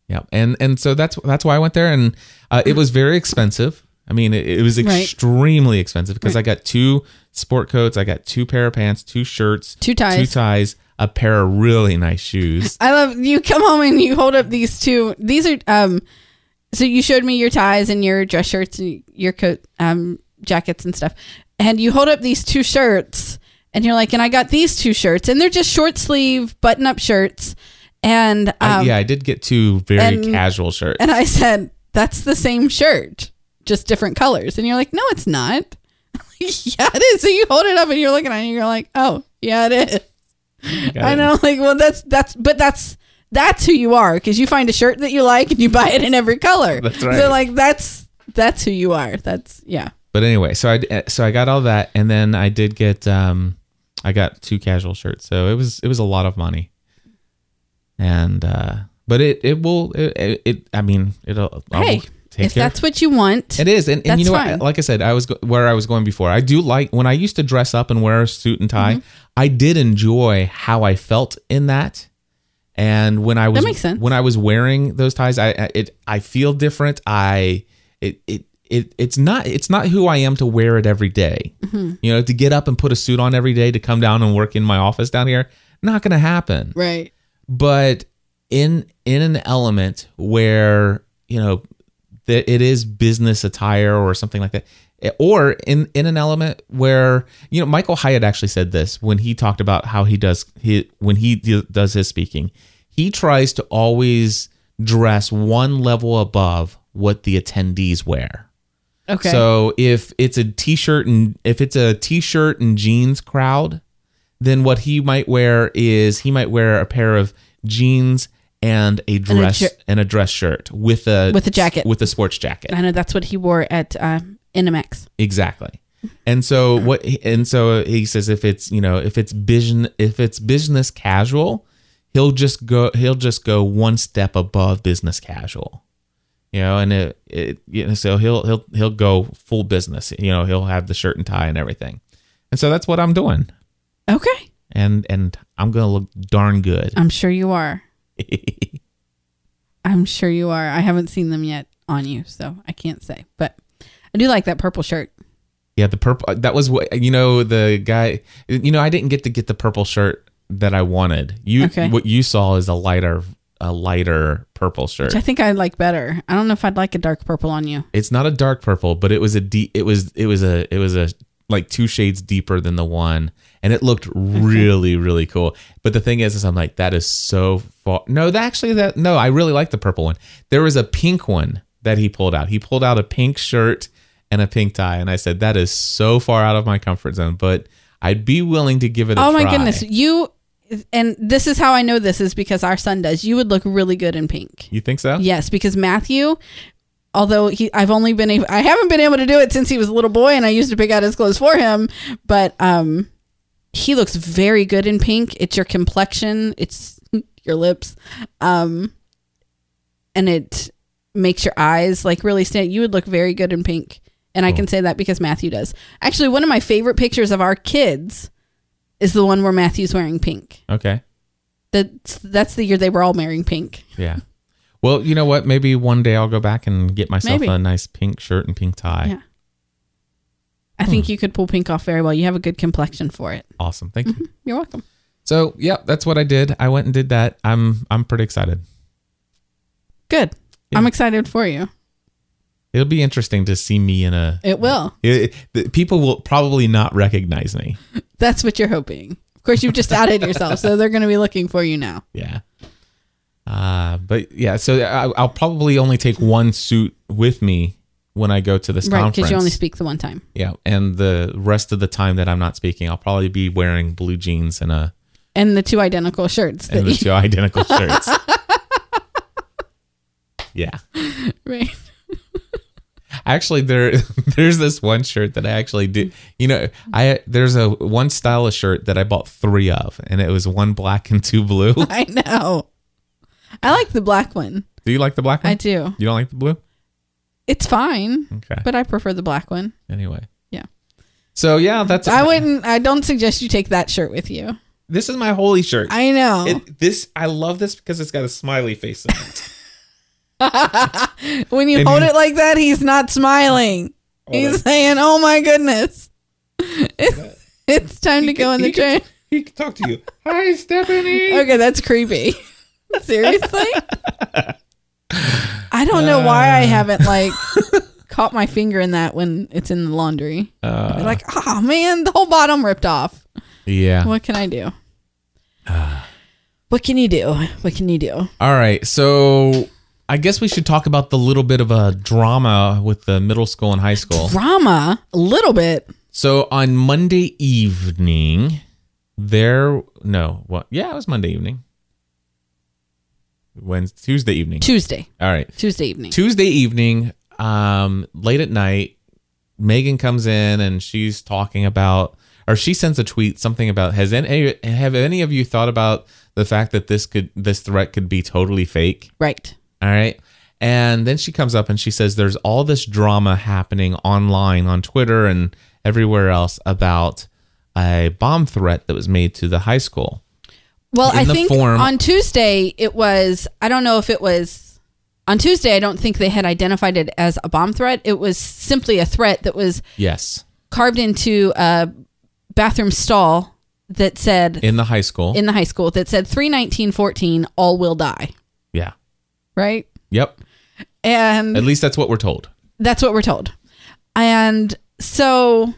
Speaker 1: Yeah, and and so that's that's why I went there, and uh, it was very expensive. I mean, it, it was
Speaker 5: Right.
Speaker 1: extremely expensive because I got two sport coats, I got two pair of pants, two shirts,
Speaker 5: Two ties.
Speaker 1: two ties, a pair of really nice
Speaker 5: *laughs*
Speaker 1: shoes.
Speaker 5: I love you. Come home and you hold up these two. These are um. So you showed me your ties and your dress shirts and your coat um jackets and stuff, and you hold up these two shirts and you're like, and I got these two shirts and they're just short sleeve button up shirts, and um,
Speaker 1: I, yeah, I did get two very
Speaker 5: and-
Speaker 1: casual shirts.
Speaker 5: And I said, that's the same shirt, just different colors. And you're like, no, it's not. *laughs* yeah, it is. So you hold it up and you're looking at it and you're like, oh, yeah, it is.
Speaker 1: Got
Speaker 5: *laughs* I
Speaker 1: it.
Speaker 5: know. Like, well, that's, that's, but that's, that's who you are because you find a shirt that you like and you buy it in every
Speaker 1: *laughs*
Speaker 5: color.
Speaker 1: That's right.
Speaker 5: So, like, that's, that's who you are. That's, yeah.
Speaker 1: But anyway, so I so I got all that, and then I did get um, I got two casual shirts, so it was it was a lot of money, and uh, but it it will it, it I mean it'll I will
Speaker 5: hey,
Speaker 1: take
Speaker 5: if
Speaker 1: care.
Speaker 5: that's what you want,
Speaker 1: It is, and, and you
Speaker 5: That's
Speaker 1: know
Speaker 5: fine.
Speaker 1: what? Like I said, I was go- where I was going before. I do like when I used to dress up and wear a suit and tie.
Speaker 5: Mm-hmm.
Speaker 1: I did enjoy how I felt in that, and when I was
Speaker 5: makes sense.
Speaker 1: when I was wearing those ties, I, I it I feel different. I it it. It, it's not it's not who I am to wear it every day.
Speaker 5: Mm-hmm.
Speaker 1: You know, to get up and put a suit on every day to come down and work in my office down here, not going to happen
Speaker 5: right.
Speaker 1: but in in an element where you know that it is business attire or something like that eh, or in in an element where you know Michael Hyatt actually said this when he talked about how he does he when he d- does his speaking he tries to always dress one level above what the attendees wear
Speaker 5: Okay.
Speaker 1: so if it's a t-shirt and if it's a t-shirt and jeans crowd, then what he might wear is he might wear a pair of jeans and a dress and
Speaker 5: jer-
Speaker 1: a, dress shirt with a
Speaker 5: With a jacket.
Speaker 1: with a sports jacket.
Speaker 5: I know that's what he wore at uh, NMX.
Speaker 1: Exactly. And so what and so he says if it's, you know, if it's business if it's business casual, he'll just go he'll just go one step above business casual. You know, and it, it you know, so he'll he'll he'll go full business. You know, he'll have the shirt and tie and everything. And so that's what I'm doing.
Speaker 5: Okay.
Speaker 1: And and I'm going to look darn good.
Speaker 5: I'm sure
Speaker 1: *laughs*
Speaker 5: you are. I'm sure you are. I haven't seen them yet on you, so I can't say. But I do like that purple shirt.
Speaker 1: Yeah, the purple. uh, That was what you know. The guy. You know, I didn't get to get the purple shirt that I wanted. You
Speaker 5: Okay.
Speaker 1: what you saw is a lighter, a lighter purple shirt.
Speaker 5: Which I think I like better. I don't know if I'd like a dark purple on you.
Speaker 1: it's not a dark purple, but it was a deep. It was it was a it was a like two shades deeper than the one, and it looked really really cool. But the thing is, is I'm like that is so far. No, that actually that no, I really like the purple one. There was a pink one that he pulled out. He pulled out a pink shirt and a pink tie, and I said that is so far out of my comfort zone, but I'd be willing to give it. a
Speaker 5: oh my
Speaker 1: try."
Speaker 5: goodness, you and this is how I know this is because our son does. You would look really good in pink.
Speaker 1: You think so?
Speaker 5: Yes, because Matthew, although he, I've only been, able, I haven't been able to do it since he was a little boy, and I used to pick out his clothes for him. But um, he looks very good in pink. It's your complexion, it's your lips, um, and it makes your eyes like really stand. You would look very good in pink, and I can say that because Matthew does. Actually, one of my favorite pictures of our kids is the one where Matthew's wearing pink.
Speaker 1: Okay.
Speaker 5: That's that's the year they were all wearing pink.
Speaker 1: Yeah. Well, you know what? Maybe one day I'll go back and get myself
Speaker 5: Maybe.
Speaker 1: a nice pink shirt and pink tie.
Speaker 5: Yeah. I
Speaker 1: Hmm.
Speaker 5: think you could pull pink off very well. You have a good complexion for it.
Speaker 1: Awesome. Thank you.
Speaker 5: You're welcome.
Speaker 1: So yeah, that's what I did. I went and did that. I'm I'm pretty excited.
Speaker 5: Good.
Speaker 1: Yeah.
Speaker 5: I'm excited for you.
Speaker 1: It'll be interesting to see me in a.
Speaker 5: It will.
Speaker 1: It, the people will probably not recognize me.
Speaker 5: That's what you're hoping. Of course, you've just outed yourself, so they're going to be looking for you now.
Speaker 1: Yeah. Uh, but yeah, so I, I'll probably only take one suit with me when I go to this
Speaker 5: Right,
Speaker 1: conference.
Speaker 5: because you only speak the one time.
Speaker 1: yeah, and the rest of the time that I'm not speaking, I'll probably be wearing blue jeans and a
Speaker 5: And the two identical shirts. That *laughs*
Speaker 1: and the
Speaker 5: you,
Speaker 1: two identical
Speaker 5: *laughs*
Speaker 1: shirts. Yeah.
Speaker 5: right.
Speaker 1: actually there *laughs* there's this one shirt that I actually do you know I there's a one style of shirt that I bought 3 of and it was one black and two
Speaker 5: *laughs*
Speaker 1: blue.
Speaker 5: I know. I like the black one.
Speaker 1: do you like the black one?
Speaker 5: I do.
Speaker 1: You don't like the blue?
Speaker 5: It's fine,
Speaker 1: Okay.
Speaker 5: but I prefer the black one.
Speaker 1: anyway.
Speaker 5: Yeah.
Speaker 1: So yeah, that's
Speaker 5: I wouldn't, I don't suggest you take that shirt with you.
Speaker 1: this is my holy shirt.
Speaker 5: I know.
Speaker 1: It, this I love this because it's got a smiley
Speaker 5: *laughs*
Speaker 1: face in it.
Speaker 5: when you
Speaker 1: And
Speaker 5: hold
Speaker 1: he-
Speaker 5: it like that, he's not smiling. he's saying, "Oh my goodness, *laughs* it's, it's time to go in the train."
Speaker 1: he can talk to you. Hi, Stephanie.
Speaker 5: *laughs* Okay, that's creepy. Seriously, I don't know why
Speaker 1: Uh.
Speaker 5: I haven't
Speaker 1: *laughs*
Speaker 5: like caught my finger in that when it's in the laundry. You're
Speaker 1: Uh.
Speaker 5: like, oh man, the whole bottom ripped off.
Speaker 1: Yeah.
Speaker 5: What can I do?
Speaker 1: Uh.
Speaker 5: What can you do? What can you do?
Speaker 1: All right, so I guess we should talk about the little bit of a drama with the middle school and high school.
Speaker 5: Drama, a little bit.
Speaker 1: So on Monday evening, there no, what? Yeah, it was Monday evening. Wednesday, Tuesday evening.
Speaker 5: Tuesday,
Speaker 1: All right,
Speaker 5: Tuesday evening.
Speaker 1: Tuesday evening, um, late at night, Megan comes in and she's talking about, or she sends a tweet something about has any have any of you thought about the fact that this could this threat could be totally fake?
Speaker 5: Right.
Speaker 1: All right. And then she comes up and she says there's all this drama happening online on Twitter and everywhere else about a bomb threat that was made to the high school.
Speaker 5: Well,
Speaker 1: in
Speaker 5: I
Speaker 1: the
Speaker 5: think
Speaker 1: form-
Speaker 5: on Tuesday it was. I don't know if it was on Tuesday. I don't think they had identified it as a bomb threat. It was simply a threat that was
Speaker 1: Yes.
Speaker 5: carved into a bathroom stall that said
Speaker 1: In the high school.
Speaker 5: in the high school that said three nineteen fourteen all will die.
Speaker 1: yeah.
Speaker 5: Right,
Speaker 1: Yep.
Speaker 5: and
Speaker 1: At least that's what we're told.
Speaker 5: That's what we're told. And so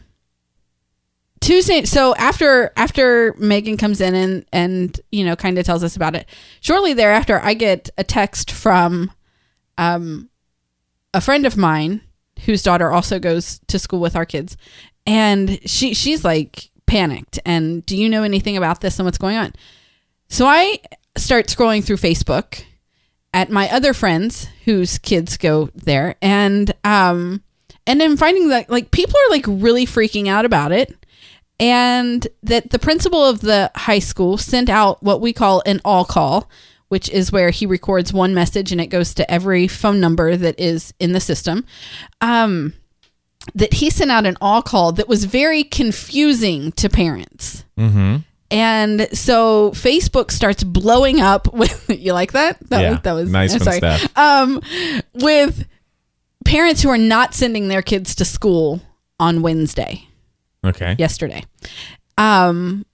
Speaker 5: Tuesday so after after Megan comes in and and you know kind of tells us about it. Shortly thereafter I get a text from um a friend of mine whose daughter also goes to school with our kids. And she she's like panicked and do you know anything about this and what's going on? So I start scrolling through Facebook at my other friends whose kids go there and um and I'm finding that like people are like really freaking out about it and that the principal of the high school sent out what we call an all call which is where he records one message and it goes to every phone number that is in the system um that he sent out an all call that was very confusing to parents
Speaker 1: Mm-hmm.
Speaker 5: and so Facebook starts blowing up *laughs* with you like that? That
Speaker 1: Yeah.
Speaker 5: was that was
Speaker 1: Nice
Speaker 5: I'm
Speaker 1: one,
Speaker 5: sorry. Uh,
Speaker 1: Steph.
Speaker 5: Um with parents who are not sending their kids to school on Wednesday,
Speaker 1: Okay.
Speaker 5: yesterday. Um,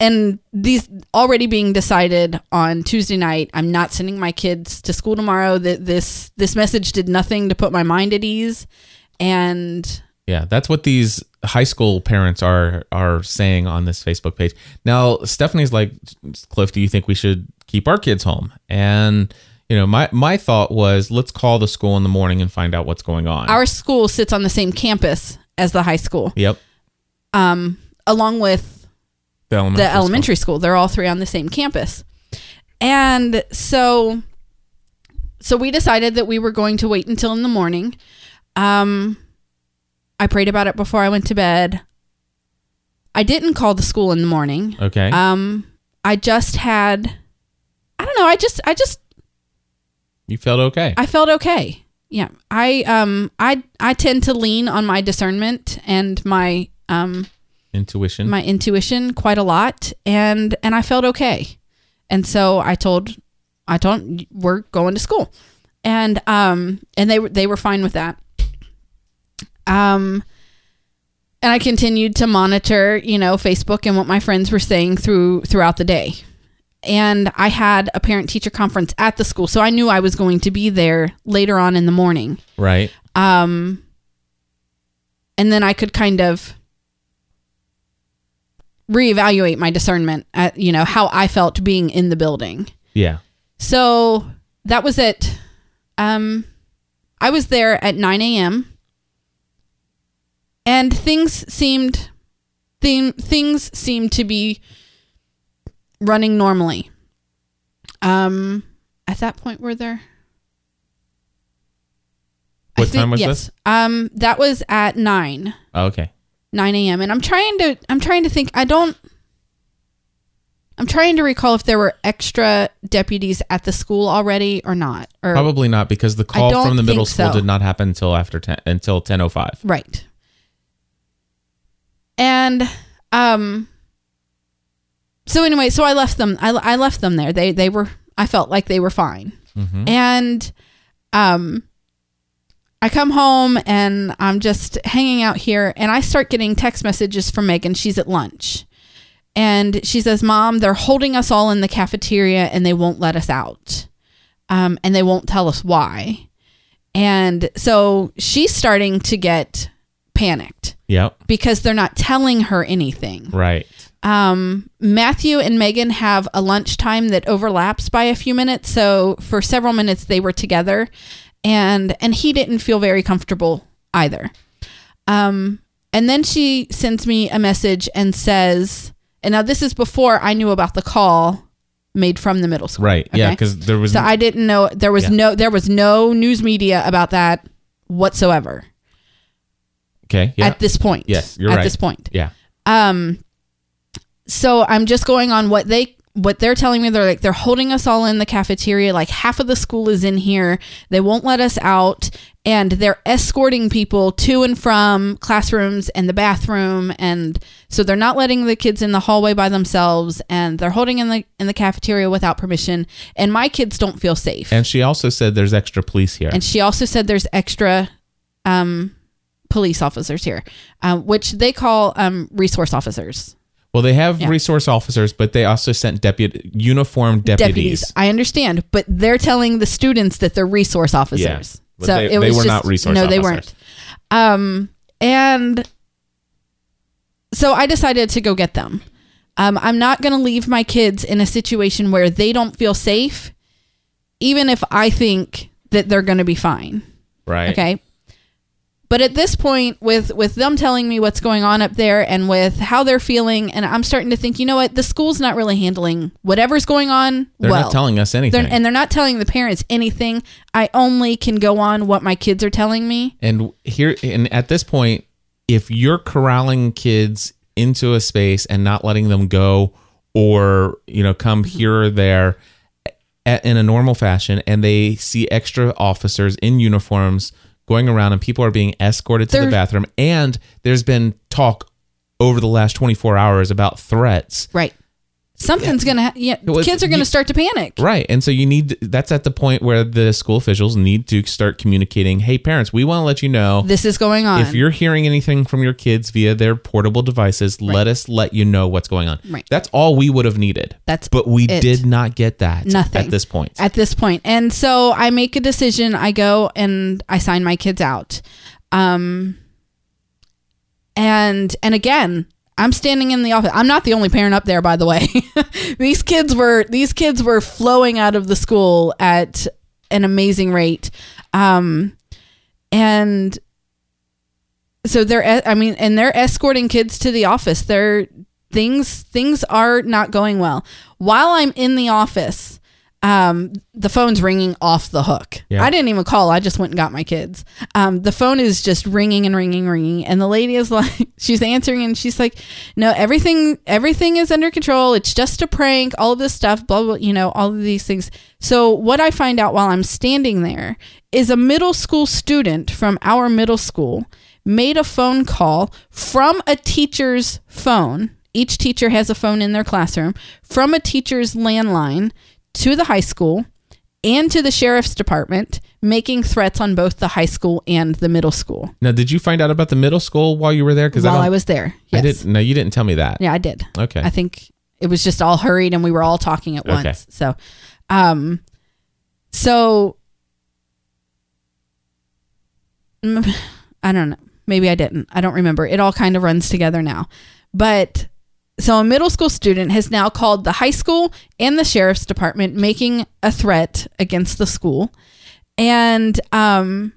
Speaker 5: and these already being decided on Tuesday night. I'm not sending my kids to school tomorrow. That this this message did nothing to put my mind at ease, and
Speaker 1: Yeah, that's what these high school parents are are saying on this Facebook page. Now, Stephanie's like, Cliff, do you think we should keep our kids home? And you know, my my thought was, let's call the school in the morning and find out what's going on.
Speaker 5: our school sits on the same campus as the high school,
Speaker 1: yep,
Speaker 5: along with
Speaker 1: the elementary.
Speaker 5: the
Speaker 1: school.
Speaker 5: elementary school. They're all three on the same campus. And so so we decided that we were going to wait until in the morning. Um I prayed about it before I went to bed. I didn't call the school in the morning.
Speaker 1: Okay.
Speaker 5: Um I just had I don't know, I just I just
Speaker 1: you felt okay.
Speaker 5: I felt okay. Yeah. I um I I tend to lean on my discernment and my um
Speaker 1: Intuition.
Speaker 5: my intuition quite a lot and and I felt okay. And so I told I told we're going to school. And um and they were they were fine with that. Um and I continued to monitor, you know, Facebook and what my friends were saying through throughout the day. And I had a parent teacher conference at the school, so I knew I was going to be there later on in the morning
Speaker 1: right.
Speaker 5: and then I could kind of reevaluate my discernment at you know how I felt being in the building.
Speaker 1: Yeah.
Speaker 5: So that was it. Um, I was there at 9 a.m. and things seemed thing, things seemed to be running normally. Um, at that point, were there? I
Speaker 1: What
Speaker 5: think-
Speaker 1: time was
Speaker 5: yes.
Speaker 1: this?
Speaker 5: Um, that was at nine.
Speaker 1: Oh, okay.
Speaker 5: 9 a.m. and I'm trying to I'm trying to think I don't I'm trying to recall if there were extra deputies at the school already or not or
Speaker 1: Probably not because the call
Speaker 5: don't
Speaker 1: from the middle
Speaker 5: think
Speaker 1: school
Speaker 5: so.
Speaker 1: did not happen until after ten until ten oh five.
Speaker 5: right and um so anyway so I left them I, I left them there they they were I felt like they were fine and um I come home and I'm just hanging out here and I start getting text messages from Megan she's at lunch and she says, "Mom, they're holding us all in the cafeteria and they won't let us out, um, and they won't tell us why." And so she's starting to get panicked
Speaker 1: Yep.
Speaker 5: because they're not telling her anything.
Speaker 1: Right.
Speaker 5: Um, Matthew and Megan have a lunchtime that overlaps by a few minutes, so for several minutes they were together, and and he didn't feel very comfortable either. Um, and then she sends me a message and says, and now this is before I knew about the call made from the middle school,
Speaker 1: Right. Yeah,
Speaker 5: okay?
Speaker 1: 'cause Yeah. Because there was
Speaker 5: so I didn't know there was
Speaker 1: Yeah.
Speaker 5: no there was no news media about that whatsoever
Speaker 1: okay. Yeah.
Speaker 5: at this point.
Speaker 1: yes, you're
Speaker 5: at
Speaker 1: right.
Speaker 5: this point,
Speaker 1: Yeah.
Speaker 5: so I'm just going on what they what they're telling me. They're like they're holding us all in the cafeteria. Like half of the school is in here. They won't let us out, and they're escorting people to and from classrooms and the bathroom. And so they're not letting the kids in the hallway by themselves. And they're holding in the in the cafeteria without permission. And my kids don't feel safe.
Speaker 1: And she also said there's extra police here.
Speaker 5: And she also said there's extra um, police officers here, um, which they call um, resource officers.
Speaker 1: Well, they have
Speaker 5: Yeah.
Speaker 1: resource officers, but they also sent deputy uniformed deputies.
Speaker 5: deputies. I understand, but they're telling the students that they're resource officers.
Speaker 1: but they- they were not resource
Speaker 5: No, they
Speaker 1: officers.
Speaker 5: weren't. Um, and so I decided to go get them. Um, I'm not going to leave my kids in a situation where they don't feel safe, even if I think that they're going to be fine.
Speaker 1: Right.
Speaker 5: Okay. But at this point, with with them telling me what's going on up there and with how they're feeling, and I'm starting to think, you know what, the school's not really handling whatever's going on.
Speaker 1: They're
Speaker 5: well.
Speaker 1: not telling us
Speaker 5: They're-
Speaker 1: anything.
Speaker 5: and they're not telling the parents anything. I only can go on what my kids are telling me.
Speaker 1: and here and at this point, if you're corralling kids into a space and not letting them go or, you know, come
Speaker 5: Mm-hmm.
Speaker 1: here or there a in a normal fashion and they see extra officers in uniforms going around and people are being escorted to the
Speaker 5: They're-
Speaker 1: bathroom and there's been talk over the last 24 hours about threats
Speaker 5: Right. Something's gonna. Ha- yeah,
Speaker 1: was-
Speaker 5: kids are gonna
Speaker 1: you-
Speaker 5: start to panic.
Speaker 1: Right. And so you need that's at the point where the school officials need to start communicating, "Hey parents, we want to let you know
Speaker 5: This is going on.
Speaker 1: if you're hearing anything from your kids via their portable devices, let us let you know what's going on."
Speaker 5: Right.
Speaker 1: That's all we would have needed.
Speaker 5: That's
Speaker 1: But we
Speaker 5: it.
Speaker 1: did not get that
Speaker 5: Nothing.
Speaker 1: at this point.
Speaker 5: At this point. And so I make a decision. I go and I sign my kids out. Um and and again, I'm standing in the office. I'm not the only parent up there, by the way. *laughs* these kids were these kids were flowing out of the school at an amazing rate. Um and so they're e- I mean, and they're escorting kids to the office. They're things things are not going well. While I'm in the office, um, the phone's ringing off the hook.
Speaker 1: Yeah.
Speaker 5: I didn't even call. I just went and got my kids. Um, the phone is just ringing and ringing, ringing, and the lady is *laughs* like, she's answering, and she's like, "No, everything, everything is under control. It's just a prank. All of this stuff, blah blah. You know, all of these things." So what I find out while I'm standing there is a middle school student from our middle school made a phone call from a teacher's phone. Each teacher has a phone in their classroom from a teacher's landline to the high school and to the sheriff's department, making threats on both the high school and the middle school
Speaker 1: Now, did you find out about the middle school while you were there? Because
Speaker 5: while
Speaker 1: I,
Speaker 5: I,
Speaker 1: don't-
Speaker 5: was there. Yes.
Speaker 1: I didn't. No, you didn't tell me that.
Speaker 5: Yeah, I did.
Speaker 1: Okay.
Speaker 5: I think it was just all hurried and we were all talking at
Speaker 1: Okay.
Speaker 5: once. So, um, so Mm, I don't know. Maybe I didn't. I don't remember. It all kind of runs together now. But so a middle school student has now called the high school and the sheriff's department, making a threat against the school. And, um,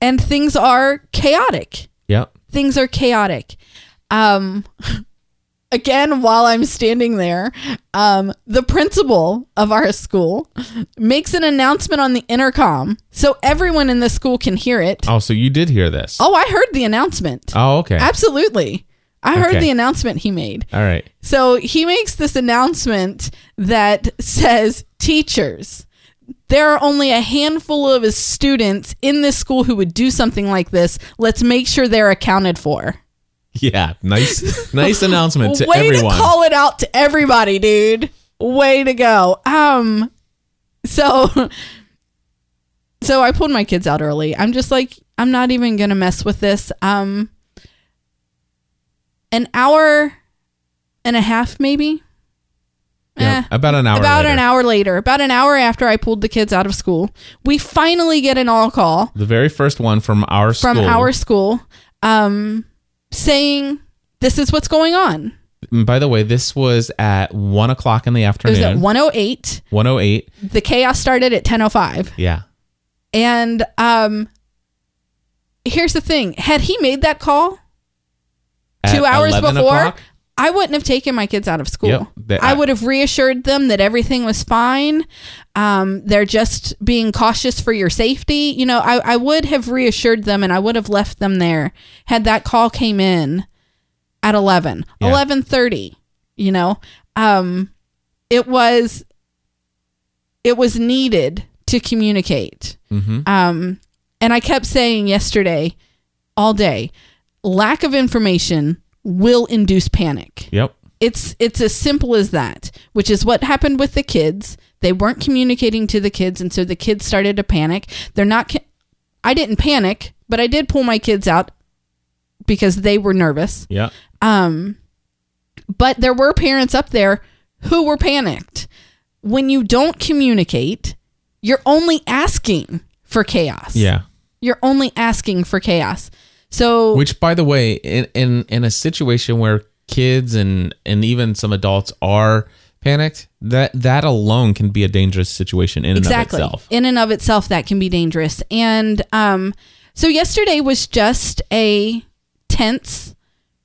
Speaker 5: and things are chaotic
Speaker 1: Yep.
Speaker 5: things are chaotic. Um, *laughs* again, while I'm standing there, um, the principal of our school makes an announcement on the intercom so everyone in the school can hear it.
Speaker 1: Oh, so you did hear this.
Speaker 5: Oh, I heard the announcement.
Speaker 1: Oh, okay.
Speaker 5: Absolutely. I heard
Speaker 1: Okay.
Speaker 5: the announcement he made.
Speaker 1: All right.
Speaker 5: So he makes this announcement that says, Teachers, there are only a handful of his students in this school who would do something like this. Let's make sure they're accounted for.
Speaker 1: Yeah. Nice.
Speaker 5: *laughs*
Speaker 1: nice announcement to
Speaker 5: Way
Speaker 1: everyone.
Speaker 5: to call it out to everybody, dude. Way to go. Um so *laughs* so I pulled my kids out early. I'm just like I'm not even going to mess with this. Um an hour and a half maybe.
Speaker 1: Yeah,
Speaker 5: Eh
Speaker 1: about an hour.
Speaker 5: about
Speaker 1: later.
Speaker 5: an hour later, about an hour after I pulled the kids out of school, we finally get an all call
Speaker 1: The very first one from our
Speaker 5: from
Speaker 1: school.
Speaker 5: our school um, saying, This is what's going on.
Speaker 1: And by the way, this was at one o'clock in the
Speaker 5: It
Speaker 1: afternoon.
Speaker 5: was at 108.
Speaker 1: One oh eight.
Speaker 5: The chaos started at 10.05.
Speaker 1: Yeah.
Speaker 5: And um, here's the thing had he made that call
Speaker 1: At
Speaker 5: two hours
Speaker 1: 11
Speaker 5: before,
Speaker 1: o'clock?
Speaker 5: I wouldn't have taken my kids out of school.
Speaker 1: Yep, that-
Speaker 5: I would have reassured them that everything was fine. Um, they're just being cautious for your safety. You know, I, I would have reassured them and I would have left them there had that call came in at 11,
Speaker 1: Yeah.
Speaker 5: 1130, you know, um, it was, it was needed to communicate. Um, and I kept saying yesterday, all day, lack of information will induce panic.
Speaker 1: Yep.
Speaker 5: It's it's as simple as that, which is what happened with the kids. They weren't communicating to the kids and so the kids started to panic. They're not ca- I didn't panic, but I did pull my kids out because they were nervous.
Speaker 1: Yeah.
Speaker 5: But there were parents up there who were panicked. When you don't communicate, you're only asking for chaos.
Speaker 1: Yeah.
Speaker 5: You're only asking for chaos. So
Speaker 1: Which, by the way, in in in a situation where kids and and even some adults are panicked, that that alone can be a dangerous situation in
Speaker 5: exactly
Speaker 1: and of itself.
Speaker 5: in and of itself that can be dangerous and um so yesterday was just a tense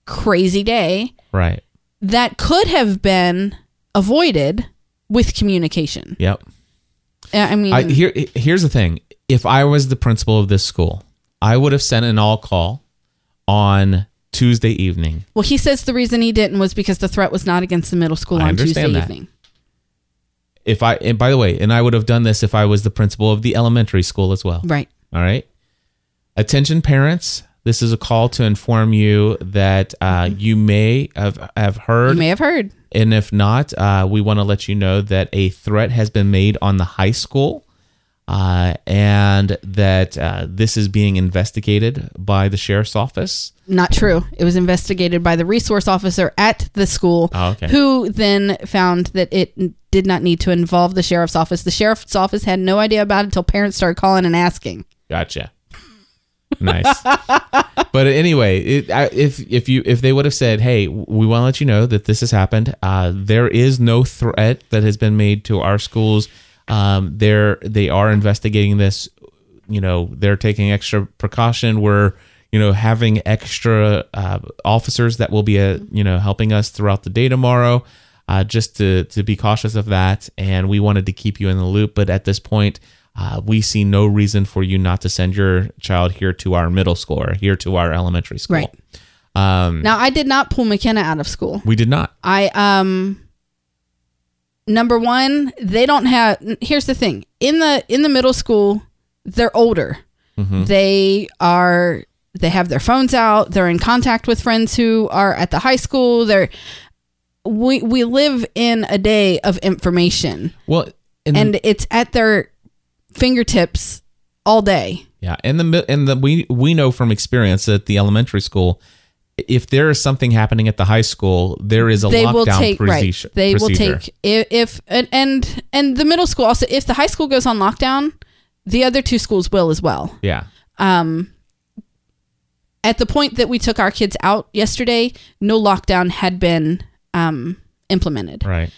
Speaker 5: crazy day
Speaker 1: Right.
Speaker 5: that could have been avoided with communication
Speaker 1: Yep.
Speaker 5: Uh, i mean
Speaker 1: I, here here's the thing. If I was the principal of this school, I would have sent an all call on Tuesday evening.
Speaker 5: well he says the reason he didn't was because the threat was not against the middle school
Speaker 1: I
Speaker 5: on tuesday
Speaker 1: understand that.
Speaker 5: evening
Speaker 1: If I and by the way, and I would have done this if I was the principal of the elementary school as well.
Speaker 5: right
Speaker 1: All right. Attention parents, This is a call to inform you that uh, you may have, have heard
Speaker 5: Mm-hmm. You may have heard.
Speaker 1: and if not, uh, we want to let you know that a threat has been made on the high school uh, and that uh, this is being investigated by the sheriff's office.
Speaker 5: Not true. It was investigated by the resource officer at the school,
Speaker 1: Oh, okay.
Speaker 5: who then found that it n- did not need to involve the sheriff's office. The sheriff's office had no idea about it until parents started calling and asking.
Speaker 1: Gotcha. Nice. but anyway, it, I, if if you if they would have said, "Hey, we want to let you know that this has happened. Uh, there is no threat that has been made to our schools. Um, they're they are investigating this. You know, they're taking extra precaution. We're you know having extra uh, officers that will be uh, you know helping us throughout the day tomorrow." Uh, just to, to be cautious of that. And we wanted to keep you in the loop. But at this point, uh, we see no reason for you not to send your child here to our middle school or here to our elementary school. Um,
Speaker 5: Right. Now, I did not pull McKenna out of school.
Speaker 1: We did not.
Speaker 5: I um number 1, they don't have here's the thing. In the in the middle school, they're older. They are they have their phones out, they're in contact with friends who are at the high school. They're we we live in a day of information
Speaker 1: Well, in,
Speaker 5: and it's at their fingertips all day.
Speaker 1: yeah, and the mi- and the we we know from experience that the elementary school, if there is something happening at the high school, there is a
Speaker 5: they
Speaker 1: lockdown
Speaker 5: will take
Speaker 1: procedure.
Speaker 5: right. They
Speaker 1: procedure.
Speaker 5: will take if, if and, and and the middle school also if the high school goes on lockdown, the other two schools will as well.
Speaker 1: Yeah.
Speaker 5: At the point that we took our kids out yesterday, no lockdown had been um, implemented.
Speaker 1: Right.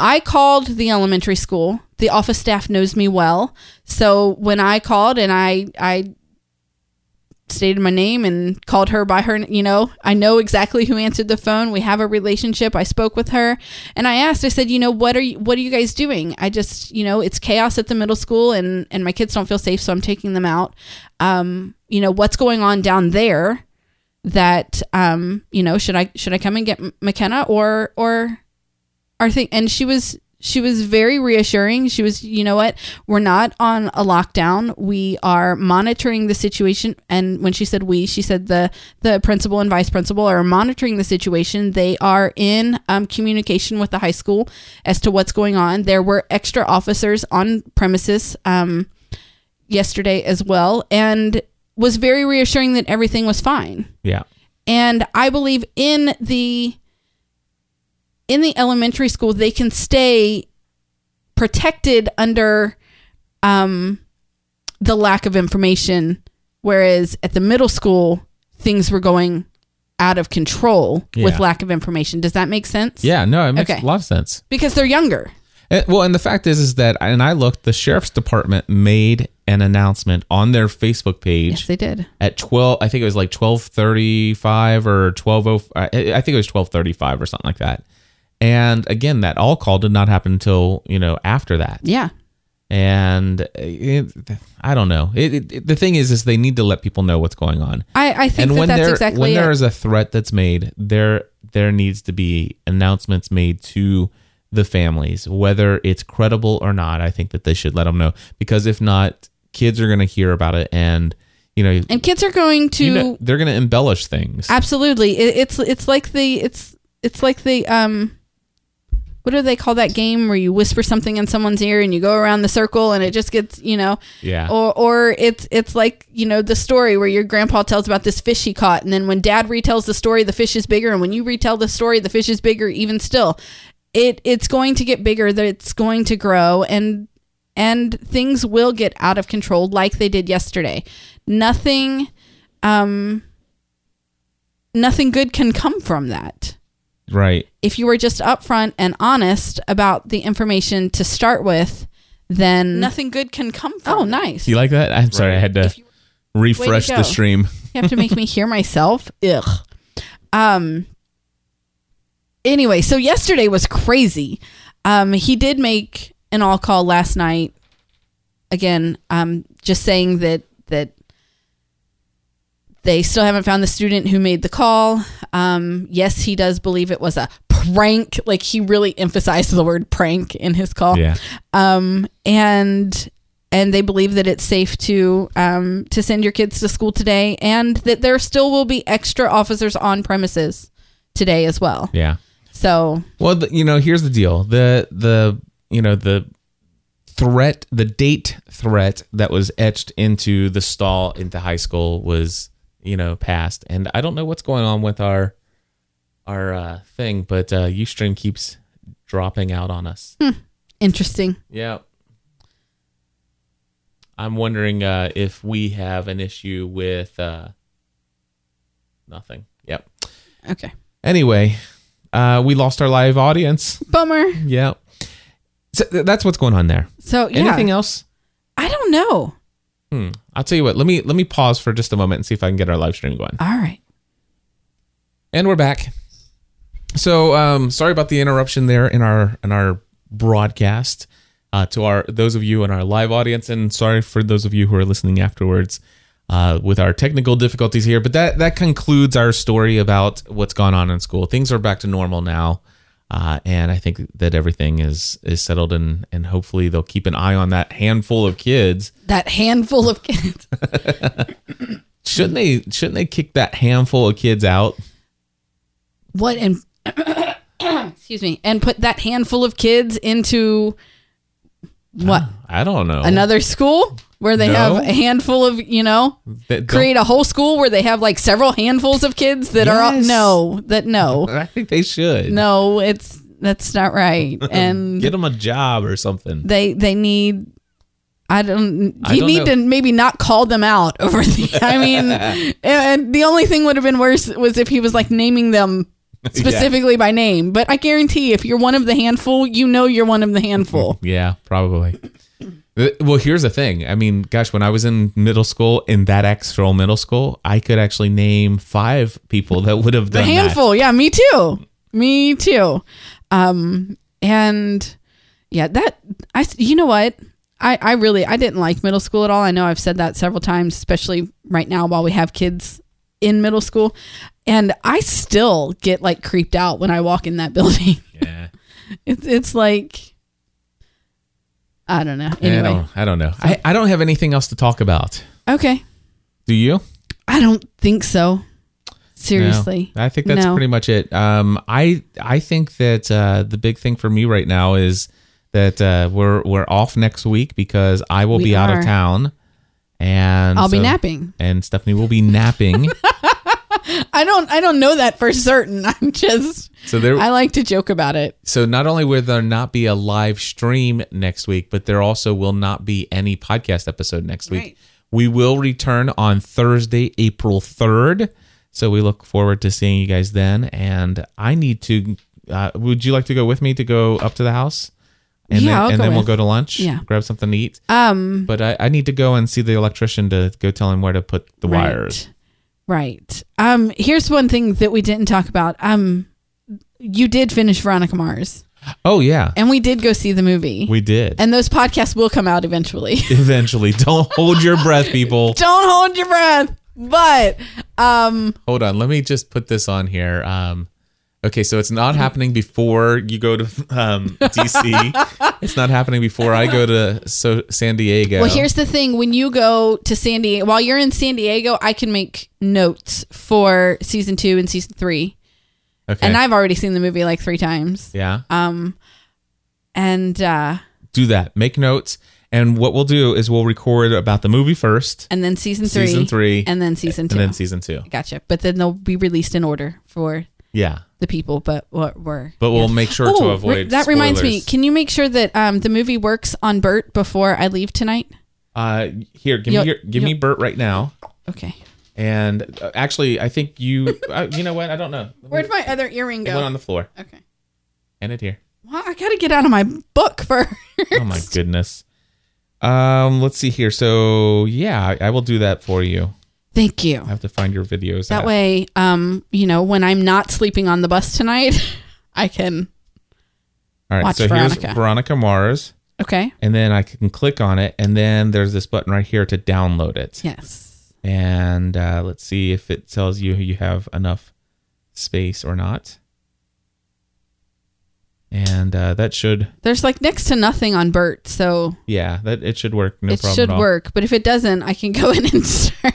Speaker 5: I called the elementary school. The office staff knows me well, so when I called and I I stated my name and called her by her, you know, I know exactly who answered the phone. We have a relationship. I spoke with her and I asked. I said, you know, what are you what are you guys doing? I just, you know, it's chaos at the middle school and and my kids don't feel safe, so I'm taking them out. Um, you know, what's going on down there? That um, you know, should I should I come and get M- McKenna or or our thing and she was she was very reassuring she was you know what we're not on a lockdown we are monitoring the situation and when she said we she said the the principal and vice principal are monitoring the situation they are in um, communication with the high school as to what's going on there were extra officers on premises um, yesterday as well and was very reassuring that everything was fine
Speaker 1: Yeah.
Speaker 5: and i believe in the in the elementary school they can stay protected under um the lack of information whereas at the middle school things were going out of control with
Speaker 1: Yeah.
Speaker 5: lack of information does that make sense
Speaker 1: Yeah. No, it makes
Speaker 5: Okay.
Speaker 1: a lot of sense.
Speaker 5: because they're younger
Speaker 1: And- well, and the fact is, is that, and I looked, the sheriff's department made an announcement on their Facebook page.
Speaker 5: yes they did
Speaker 1: at 12 i think it was like 1235 or 120 i I think it was 1235 or something like that and again that all call did not happen until you know after that
Speaker 5: yeah
Speaker 1: and uh, it, i don't know it, it- it- the thing is is they need to let people know what's going on
Speaker 5: i i think
Speaker 1: and
Speaker 5: that
Speaker 1: when
Speaker 5: that's
Speaker 1: there
Speaker 5: exactly
Speaker 1: when
Speaker 5: it.
Speaker 1: there is a threat that's made there there needs to be announcements made to the families whether it's credible or not i think that they should let them know because if not kids are going to hear about it and you know
Speaker 5: and kids are going to
Speaker 1: you know, they're going to embellish things.
Speaker 5: Absolutely. It, it's it's like the it's it's like the um what do they call that game where you whisper something in someone's ear and you go around the circle and it just gets, you know.
Speaker 1: Yeah.
Speaker 5: Or or it's it's like, you know, the story where your grandpa tells about this fish he caught and then when dad retells the story the fish is bigger and when you retell the story the fish is bigger even still. It it's going to get bigger, that it's going to grow and and things will get out of control like they did yesterday. Nothing um, nothing good can come from that.
Speaker 1: right.
Speaker 5: If you were just upfront and honest about the information to start with, then nothing good can come from. Oh, nice.
Speaker 1: Do you like that? I'm sorry, I had to refresh
Speaker 5: Way to
Speaker 1: the
Speaker 5: go. *laughs*
Speaker 1: stream.
Speaker 5: You have to make me hear myself. Ugh. Um. Anyway, so yesterday was crazy. Um, he did make an all call last night. Again, um, just saying that that they still haven't found the student who made the call. Um, yes, he does believe it was a prank. Like he really emphasized the word prank in his call
Speaker 1: Yeah.
Speaker 5: and and they believe that it's safe to um, to send your kids to school today, and that there still will be extra officers on premises today as well.
Speaker 1: Yeah.
Speaker 5: So
Speaker 1: Well, the, you know, here's the deal. The the you know the threat, the date threat that was etched into the stall into high school was you know passed, and I don't know what's going on with our our uh, thing, but uh, UStream keeps dropping out on us.
Speaker 5: interesting.
Speaker 1: Yeah. I'm wondering uh, if we have an issue with uh, nothing. Yep.
Speaker 5: Okay,
Speaker 1: Anyway, uh, we lost our live audience.
Speaker 5: bummer.
Speaker 1: Yeah. So th- that's what's going on there.
Speaker 5: So yeah,
Speaker 1: Anything else?
Speaker 5: I don't know.
Speaker 1: Hmm. I'll tell you what. Let me let me pause for just a moment and see if I can get our live stream going.
Speaker 5: All right.
Speaker 1: And we're back. So um, sorry about the interruption there in our in our broadcast uh, to our those of you in our live audience, and sorry for those of you who are listening afterwards uh, with our technical difficulties here. But that that concludes our story about what's gone on in school. Things are back to normal now. Uh, and I think that everything is is settled, and and hopefully they'll keep an eye on that handful of kids.
Speaker 5: That handful of kids. *laughs*
Speaker 1: Shouldn't they? Shouldn't they kick that handful of kids out?
Speaker 5: what and *coughs* excuse me and put that handful of kids into what
Speaker 1: I don't know.
Speaker 5: another school where they have
Speaker 1: Uh, oh. No.
Speaker 5: a handful of you know
Speaker 1: That don't-
Speaker 5: create a whole school where they have like several handfuls of kids that are all
Speaker 1: Yes.
Speaker 5: no that no
Speaker 1: *laughs* I think they should.
Speaker 5: no it's that's not right
Speaker 1: Uh-uh.
Speaker 5: and
Speaker 1: get them a job or something.
Speaker 5: they they need I don't.
Speaker 1: I
Speaker 5: You
Speaker 1: don't
Speaker 5: need
Speaker 1: know.
Speaker 5: to maybe not call them out
Speaker 1: *laughs*
Speaker 5: over the. I mean, and- and the only thing would have been worse was if he was like
Speaker 1: *laughs*
Speaker 5: naming them specifically by name. But I guarantee, if you're one of the handful, you know you're one of the handful.
Speaker 1: Yeah, probably. Uh, well, here's the thing. I mean, gosh, when I was in middle school, in that actual middle school, I could actually name five people that would have
Speaker 5: The
Speaker 1: done
Speaker 5: handful, yeah, me too, me too. Um, and yeah, that I. s- You know what? I I really I didn't like middle school at all. I know I've said that several times, especially right now while we have kids in middle school. And I still get like creeped out when I walk in that *laughs* building.
Speaker 1: That. Yeah.
Speaker 5: It's it's like I don't know.
Speaker 1: I
Speaker 5: Anyway,
Speaker 1: don't. I don't know. I, I don't have anything else to talk about.
Speaker 5: okay.
Speaker 1: Do you?
Speaker 5: I don't think so. Seriously,
Speaker 1: No. I think that's
Speaker 5: No.
Speaker 1: pretty much it. Um, I I think that uh, the big thing for me right now is that uh, we're we're off next week because I will
Speaker 5: We
Speaker 1: be out
Speaker 5: are.
Speaker 1: of town, and
Speaker 5: I'll be
Speaker 1: so-
Speaker 5: napping.
Speaker 1: and Stephanie will be
Speaker 5: *laughs*
Speaker 1: napping.
Speaker 5: I don't. I don't know that for certain. *laughs* I'm just.
Speaker 1: so there,
Speaker 5: I like to joke about it.
Speaker 1: so not only will there not be a live stream next week, but there also will not be any podcast episode next week.
Speaker 5: Right.
Speaker 1: We will return on Thursday, April third. So we look forward to seeing you guys then. And I need to. Uh, would you like to go with me to go up to the house? And
Speaker 5: Yeah,
Speaker 1: then,
Speaker 5: I'll
Speaker 1: and
Speaker 5: go
Speaker 1: then we'll
Speaker 5: with.
Speaker 1: go to lunch.
Speaker 5: Yeah.
Speaker 1: grab something to eat.
Speaker 5: Um,
Speaker 1: But I, I need to go and see the electrician to go tell him where to put the
Speaker 5: right.
Speaker 1: wires.
Speaker 5: Right. Um. Here's one thing that we didn't talk about. Um. You did finish Veronica Mars,
Speaker 1: Oh yeah,
Speaker 5: and we did go see the movie.
Speaker 1: we did.
Speaker 5: and those podcasts will come out eventually. *laughs*
Speaker 1: Eventually, don't hold your breath, people.
Speaker 5: don't hold your breath. But um,
Speaker 1: hold on let me just put this on here um okay so it's not happening before you go to um
Speaker 5: *laughs*
Speaker 1: dc it's not happening before i go to so san diego
Speaker 5: Well, here's the thing: when you go to San Diego, while you're in San Diego, I can make notes for season two and season three,
Speaker 1: okay
Speaker 5: and um, I've already seen the movie like three times.
Speaker 1: yeah
Speaker 5: And uh,
Speaker 1: do that make notes and what we'll do is we'll record about the movie first
Speaker 5: and then season three,
Speaker 1: Season three.
Speaker 5: and then season two.
Speaker 1: and then season two
Speaker 5: gotcha. But then they'll be released in order for
Speaker 1: yeah
Speaker 5: the people. But what were?
Speaker 1: but we'll make sure to
Speaker 5: Oh,
Speaker 1: avoid
Speaker 5: re- that reminds me.
Speaker 1: spoilers.
Speaker 5: Can you make sure that um, the movie works on Bert before I leave tonight?
Speaker 1: uh here give
Speaker 5: Yo-
Speaker 1: me your, give me bert right now
Speaker 5: Okay.
Speaker 1: and uh, actually i think you uh, you know what i don't know
Speaker 5: Where'd my other earring
Speaker 1: it
Speaker 5: go?
Speaker 1: went on the floor
Speaker 5: okay.
Speaker 1: and it here
Speaker 5: Well, I gotta get out of my book first.
Speaker 1: Oh my goodness. Um, let's see here. So yeah, I, I will do that for you.
Speaker 5: *laughs* Thank you.
Speaker 1: I have to find your videos.
Speaker 5: That
Speaker 1: app.
Speaker 5: way, um, you know, when I'm not sleeping on the bus tonight, *laughs* I can.
Speaker 1: All right.
Speaker 5: watch
Speaker 1: so
Speaker 5: Veronica.
Speaker 1: here's Veronica Mars,
Speaker 5: Okay.
Speaker 1: and then I can click on it, and then there's this button right here to download it.
Speaker 5: Yes.
Speaker 1: And uh, let's see if it tells you you have enough space or not. And and uh, that should
Speaker 5: There's like next to nothing on Bert, so
Speaker 1: yeah that it should work. No
Speaker 5: it
Speaker 1: problem.
Speaker 5: should
Speaker 1: at all.
Speaker 5: work. But if it doesn't, I can go *laughs* in and start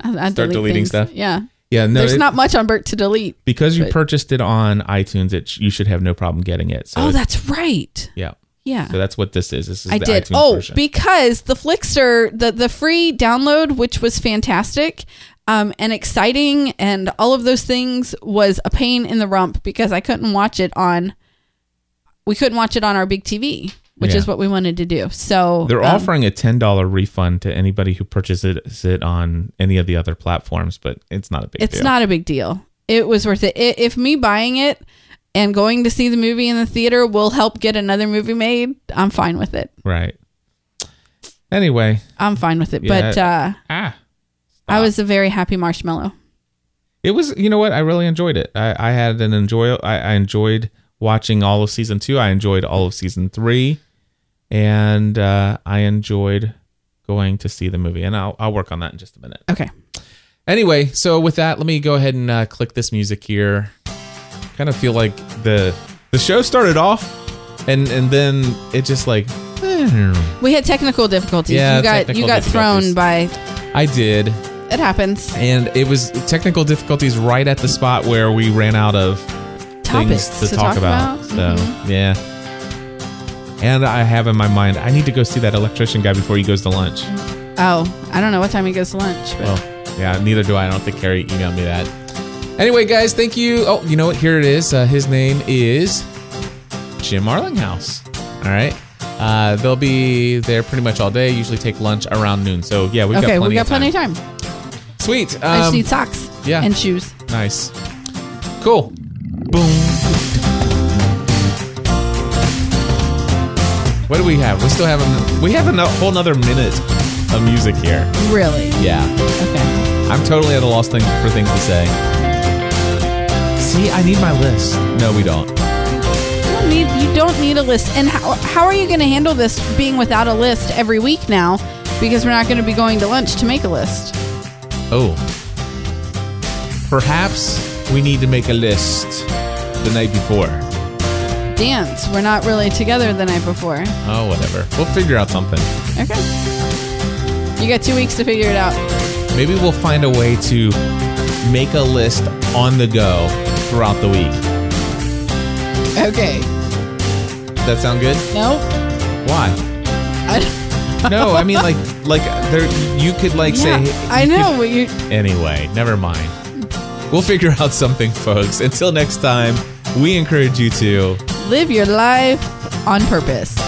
Speaker 5: I'll- I'll
Speaker 1: Start
Speaker 5: delete
Speaker 1: deleting
Speaker 5: things.
Speaker 1: stuff?
Speaker 5: Yeah,
Speaker 1: Yeah, no,
Speaker 5: there's
Speaker 1: it-
Speaker 5: not much on Bert to delete.
Speaker 1: because you
Speaker 5: but-
Speaker 1: purchased it on iTunes. It sh- you should have no problem getting it. So
Speaker 5: oh,
Speaker 1: it-
Speaker 5: that's right.
Speaker 1: yeah,
Speaker 5: Yeah,
Speaker 1: so that's what this is. This is
Speaker 5: I
Speaker 1: the
Speaker 5: did.
Speaker 1: iTunes
Speaker 5: Oh,
Speaker 1: version.
Speaker 5: because the Flickster, the the free download, which was fantastic. Um, and exciting and all of those things was a pain in the rump because I couldn't watch it on we couldn't watch it on our big TV, which
Speaker 1: Yeah.
Speaker 5: is what we wanted to do. So
Speaker 1: They're
Speaker 5: um,
Speaker 1: offering a ten dollar refund to anybody who purchases it on any of the other platforms, but it's not a big
Speaker 5: it's
Speaker 1: deal.
Speaker 5: not a big deal. It was worth it. I if me buying it and going to see the movie in the theater will help get another movie made, I'm fine with it.
Speaker 1: right. Anyway,
Speaker 5: I'm fine with it. But uh,
Speaker 1: Yeah. ah,
Speaker 5: I was a very happy marshmallow.
Speaker 1: it was. You know what? I really enjoyed it. I, I had an enjoy. I, I enjoyed watching all of season two. I enjoyed all of season three, and uh, I enjoyed going to see the movie. And I'll I'll work on that in just a minute.
Speaker 5: Okay.
Speaker 1: Anyway, so with that, let me go ahead and uh, click this music here. Kind of feel like the the show started off, and and then it just like
Speaker 5: We had technical difficulties.
Speaker 1: Yeah,
Speaker 5: you got
Speaker 1: technical
Speaker 5: you got thrown by
Speaker 1: I did,
Speaker 5: it happens.
Speaker 1: and it was technical difficulties right at the spot where we ran out of
Speaker 5: Topics
Speaker 1: things to, talk, about. Mm-hmm. So yeah, and I have in my mind I need to go see that electrician guy before he goes to lunch.
Speaker 5: Oh, I don't know what time he goes to lunch, but
Speaker 1: Well, yeah, neither do I. I don't think Carrie emailed me that. Anyway, guys, thank you. Oh, you know what? Here it is. Uh, his name is Jim Arlinghouse. All right. Uh, they'll be there pretty much all day. Usually take lunch around noon. So yeah, we've got
Speaker 5: okay,
Speaker 1: plenty
Speaker 5: we got
Speaker 1: of time.
Speaker 5: plenty of time.
Speaker 1: Sweet. Um,
Speaker 5: I just need socks.
Speaker 1: yeah.
Speaker 5: And shoes.
Speaker 1: Nice. Cool. Boom. What do we have? We still have a we have a no- whole another minute of music here.
Speaker 5: Really?
Speaker 1: Yeah.
Speaker 5: Okay.
Speaker 1: I'm totally at a loss thing for things to say. See, I need my list. No, we don't.
Speaker 5: You don't need you don't need a list. And how how are you going to handle this being without a list every week now? Because we're not going to be going to lunch to make a list.
Speaker 1: Oh. Perhaps we need to make a list the night before.
Speaker 5: Dance. We're not really together the night before.
Speaker 1: Oh, whatever. We'll figure out something.
Speaker 5: Okay. You got two weeks to figure it out.
Speaker 1: Maybe we'll find a way to make a list on the go throughout the week.
Speaker 5: Okay.
Speaker 1: Does that sound good?
Speaker 5: Nope.
Speaker 1: Why?
Speaker 5: I don't-
Speaker 1: No, I mean like like there you could like say
Speaker 5: Yeah,
Speaker 1: hey,
Speaker 5: I
Speaker 1: you could-
Speaker 5: know. but you,
Speaker 1: Anyway, never mind. We'll figure out something, folks. Until next time, we encourage you to.
Speaker 5: live your life on purpose.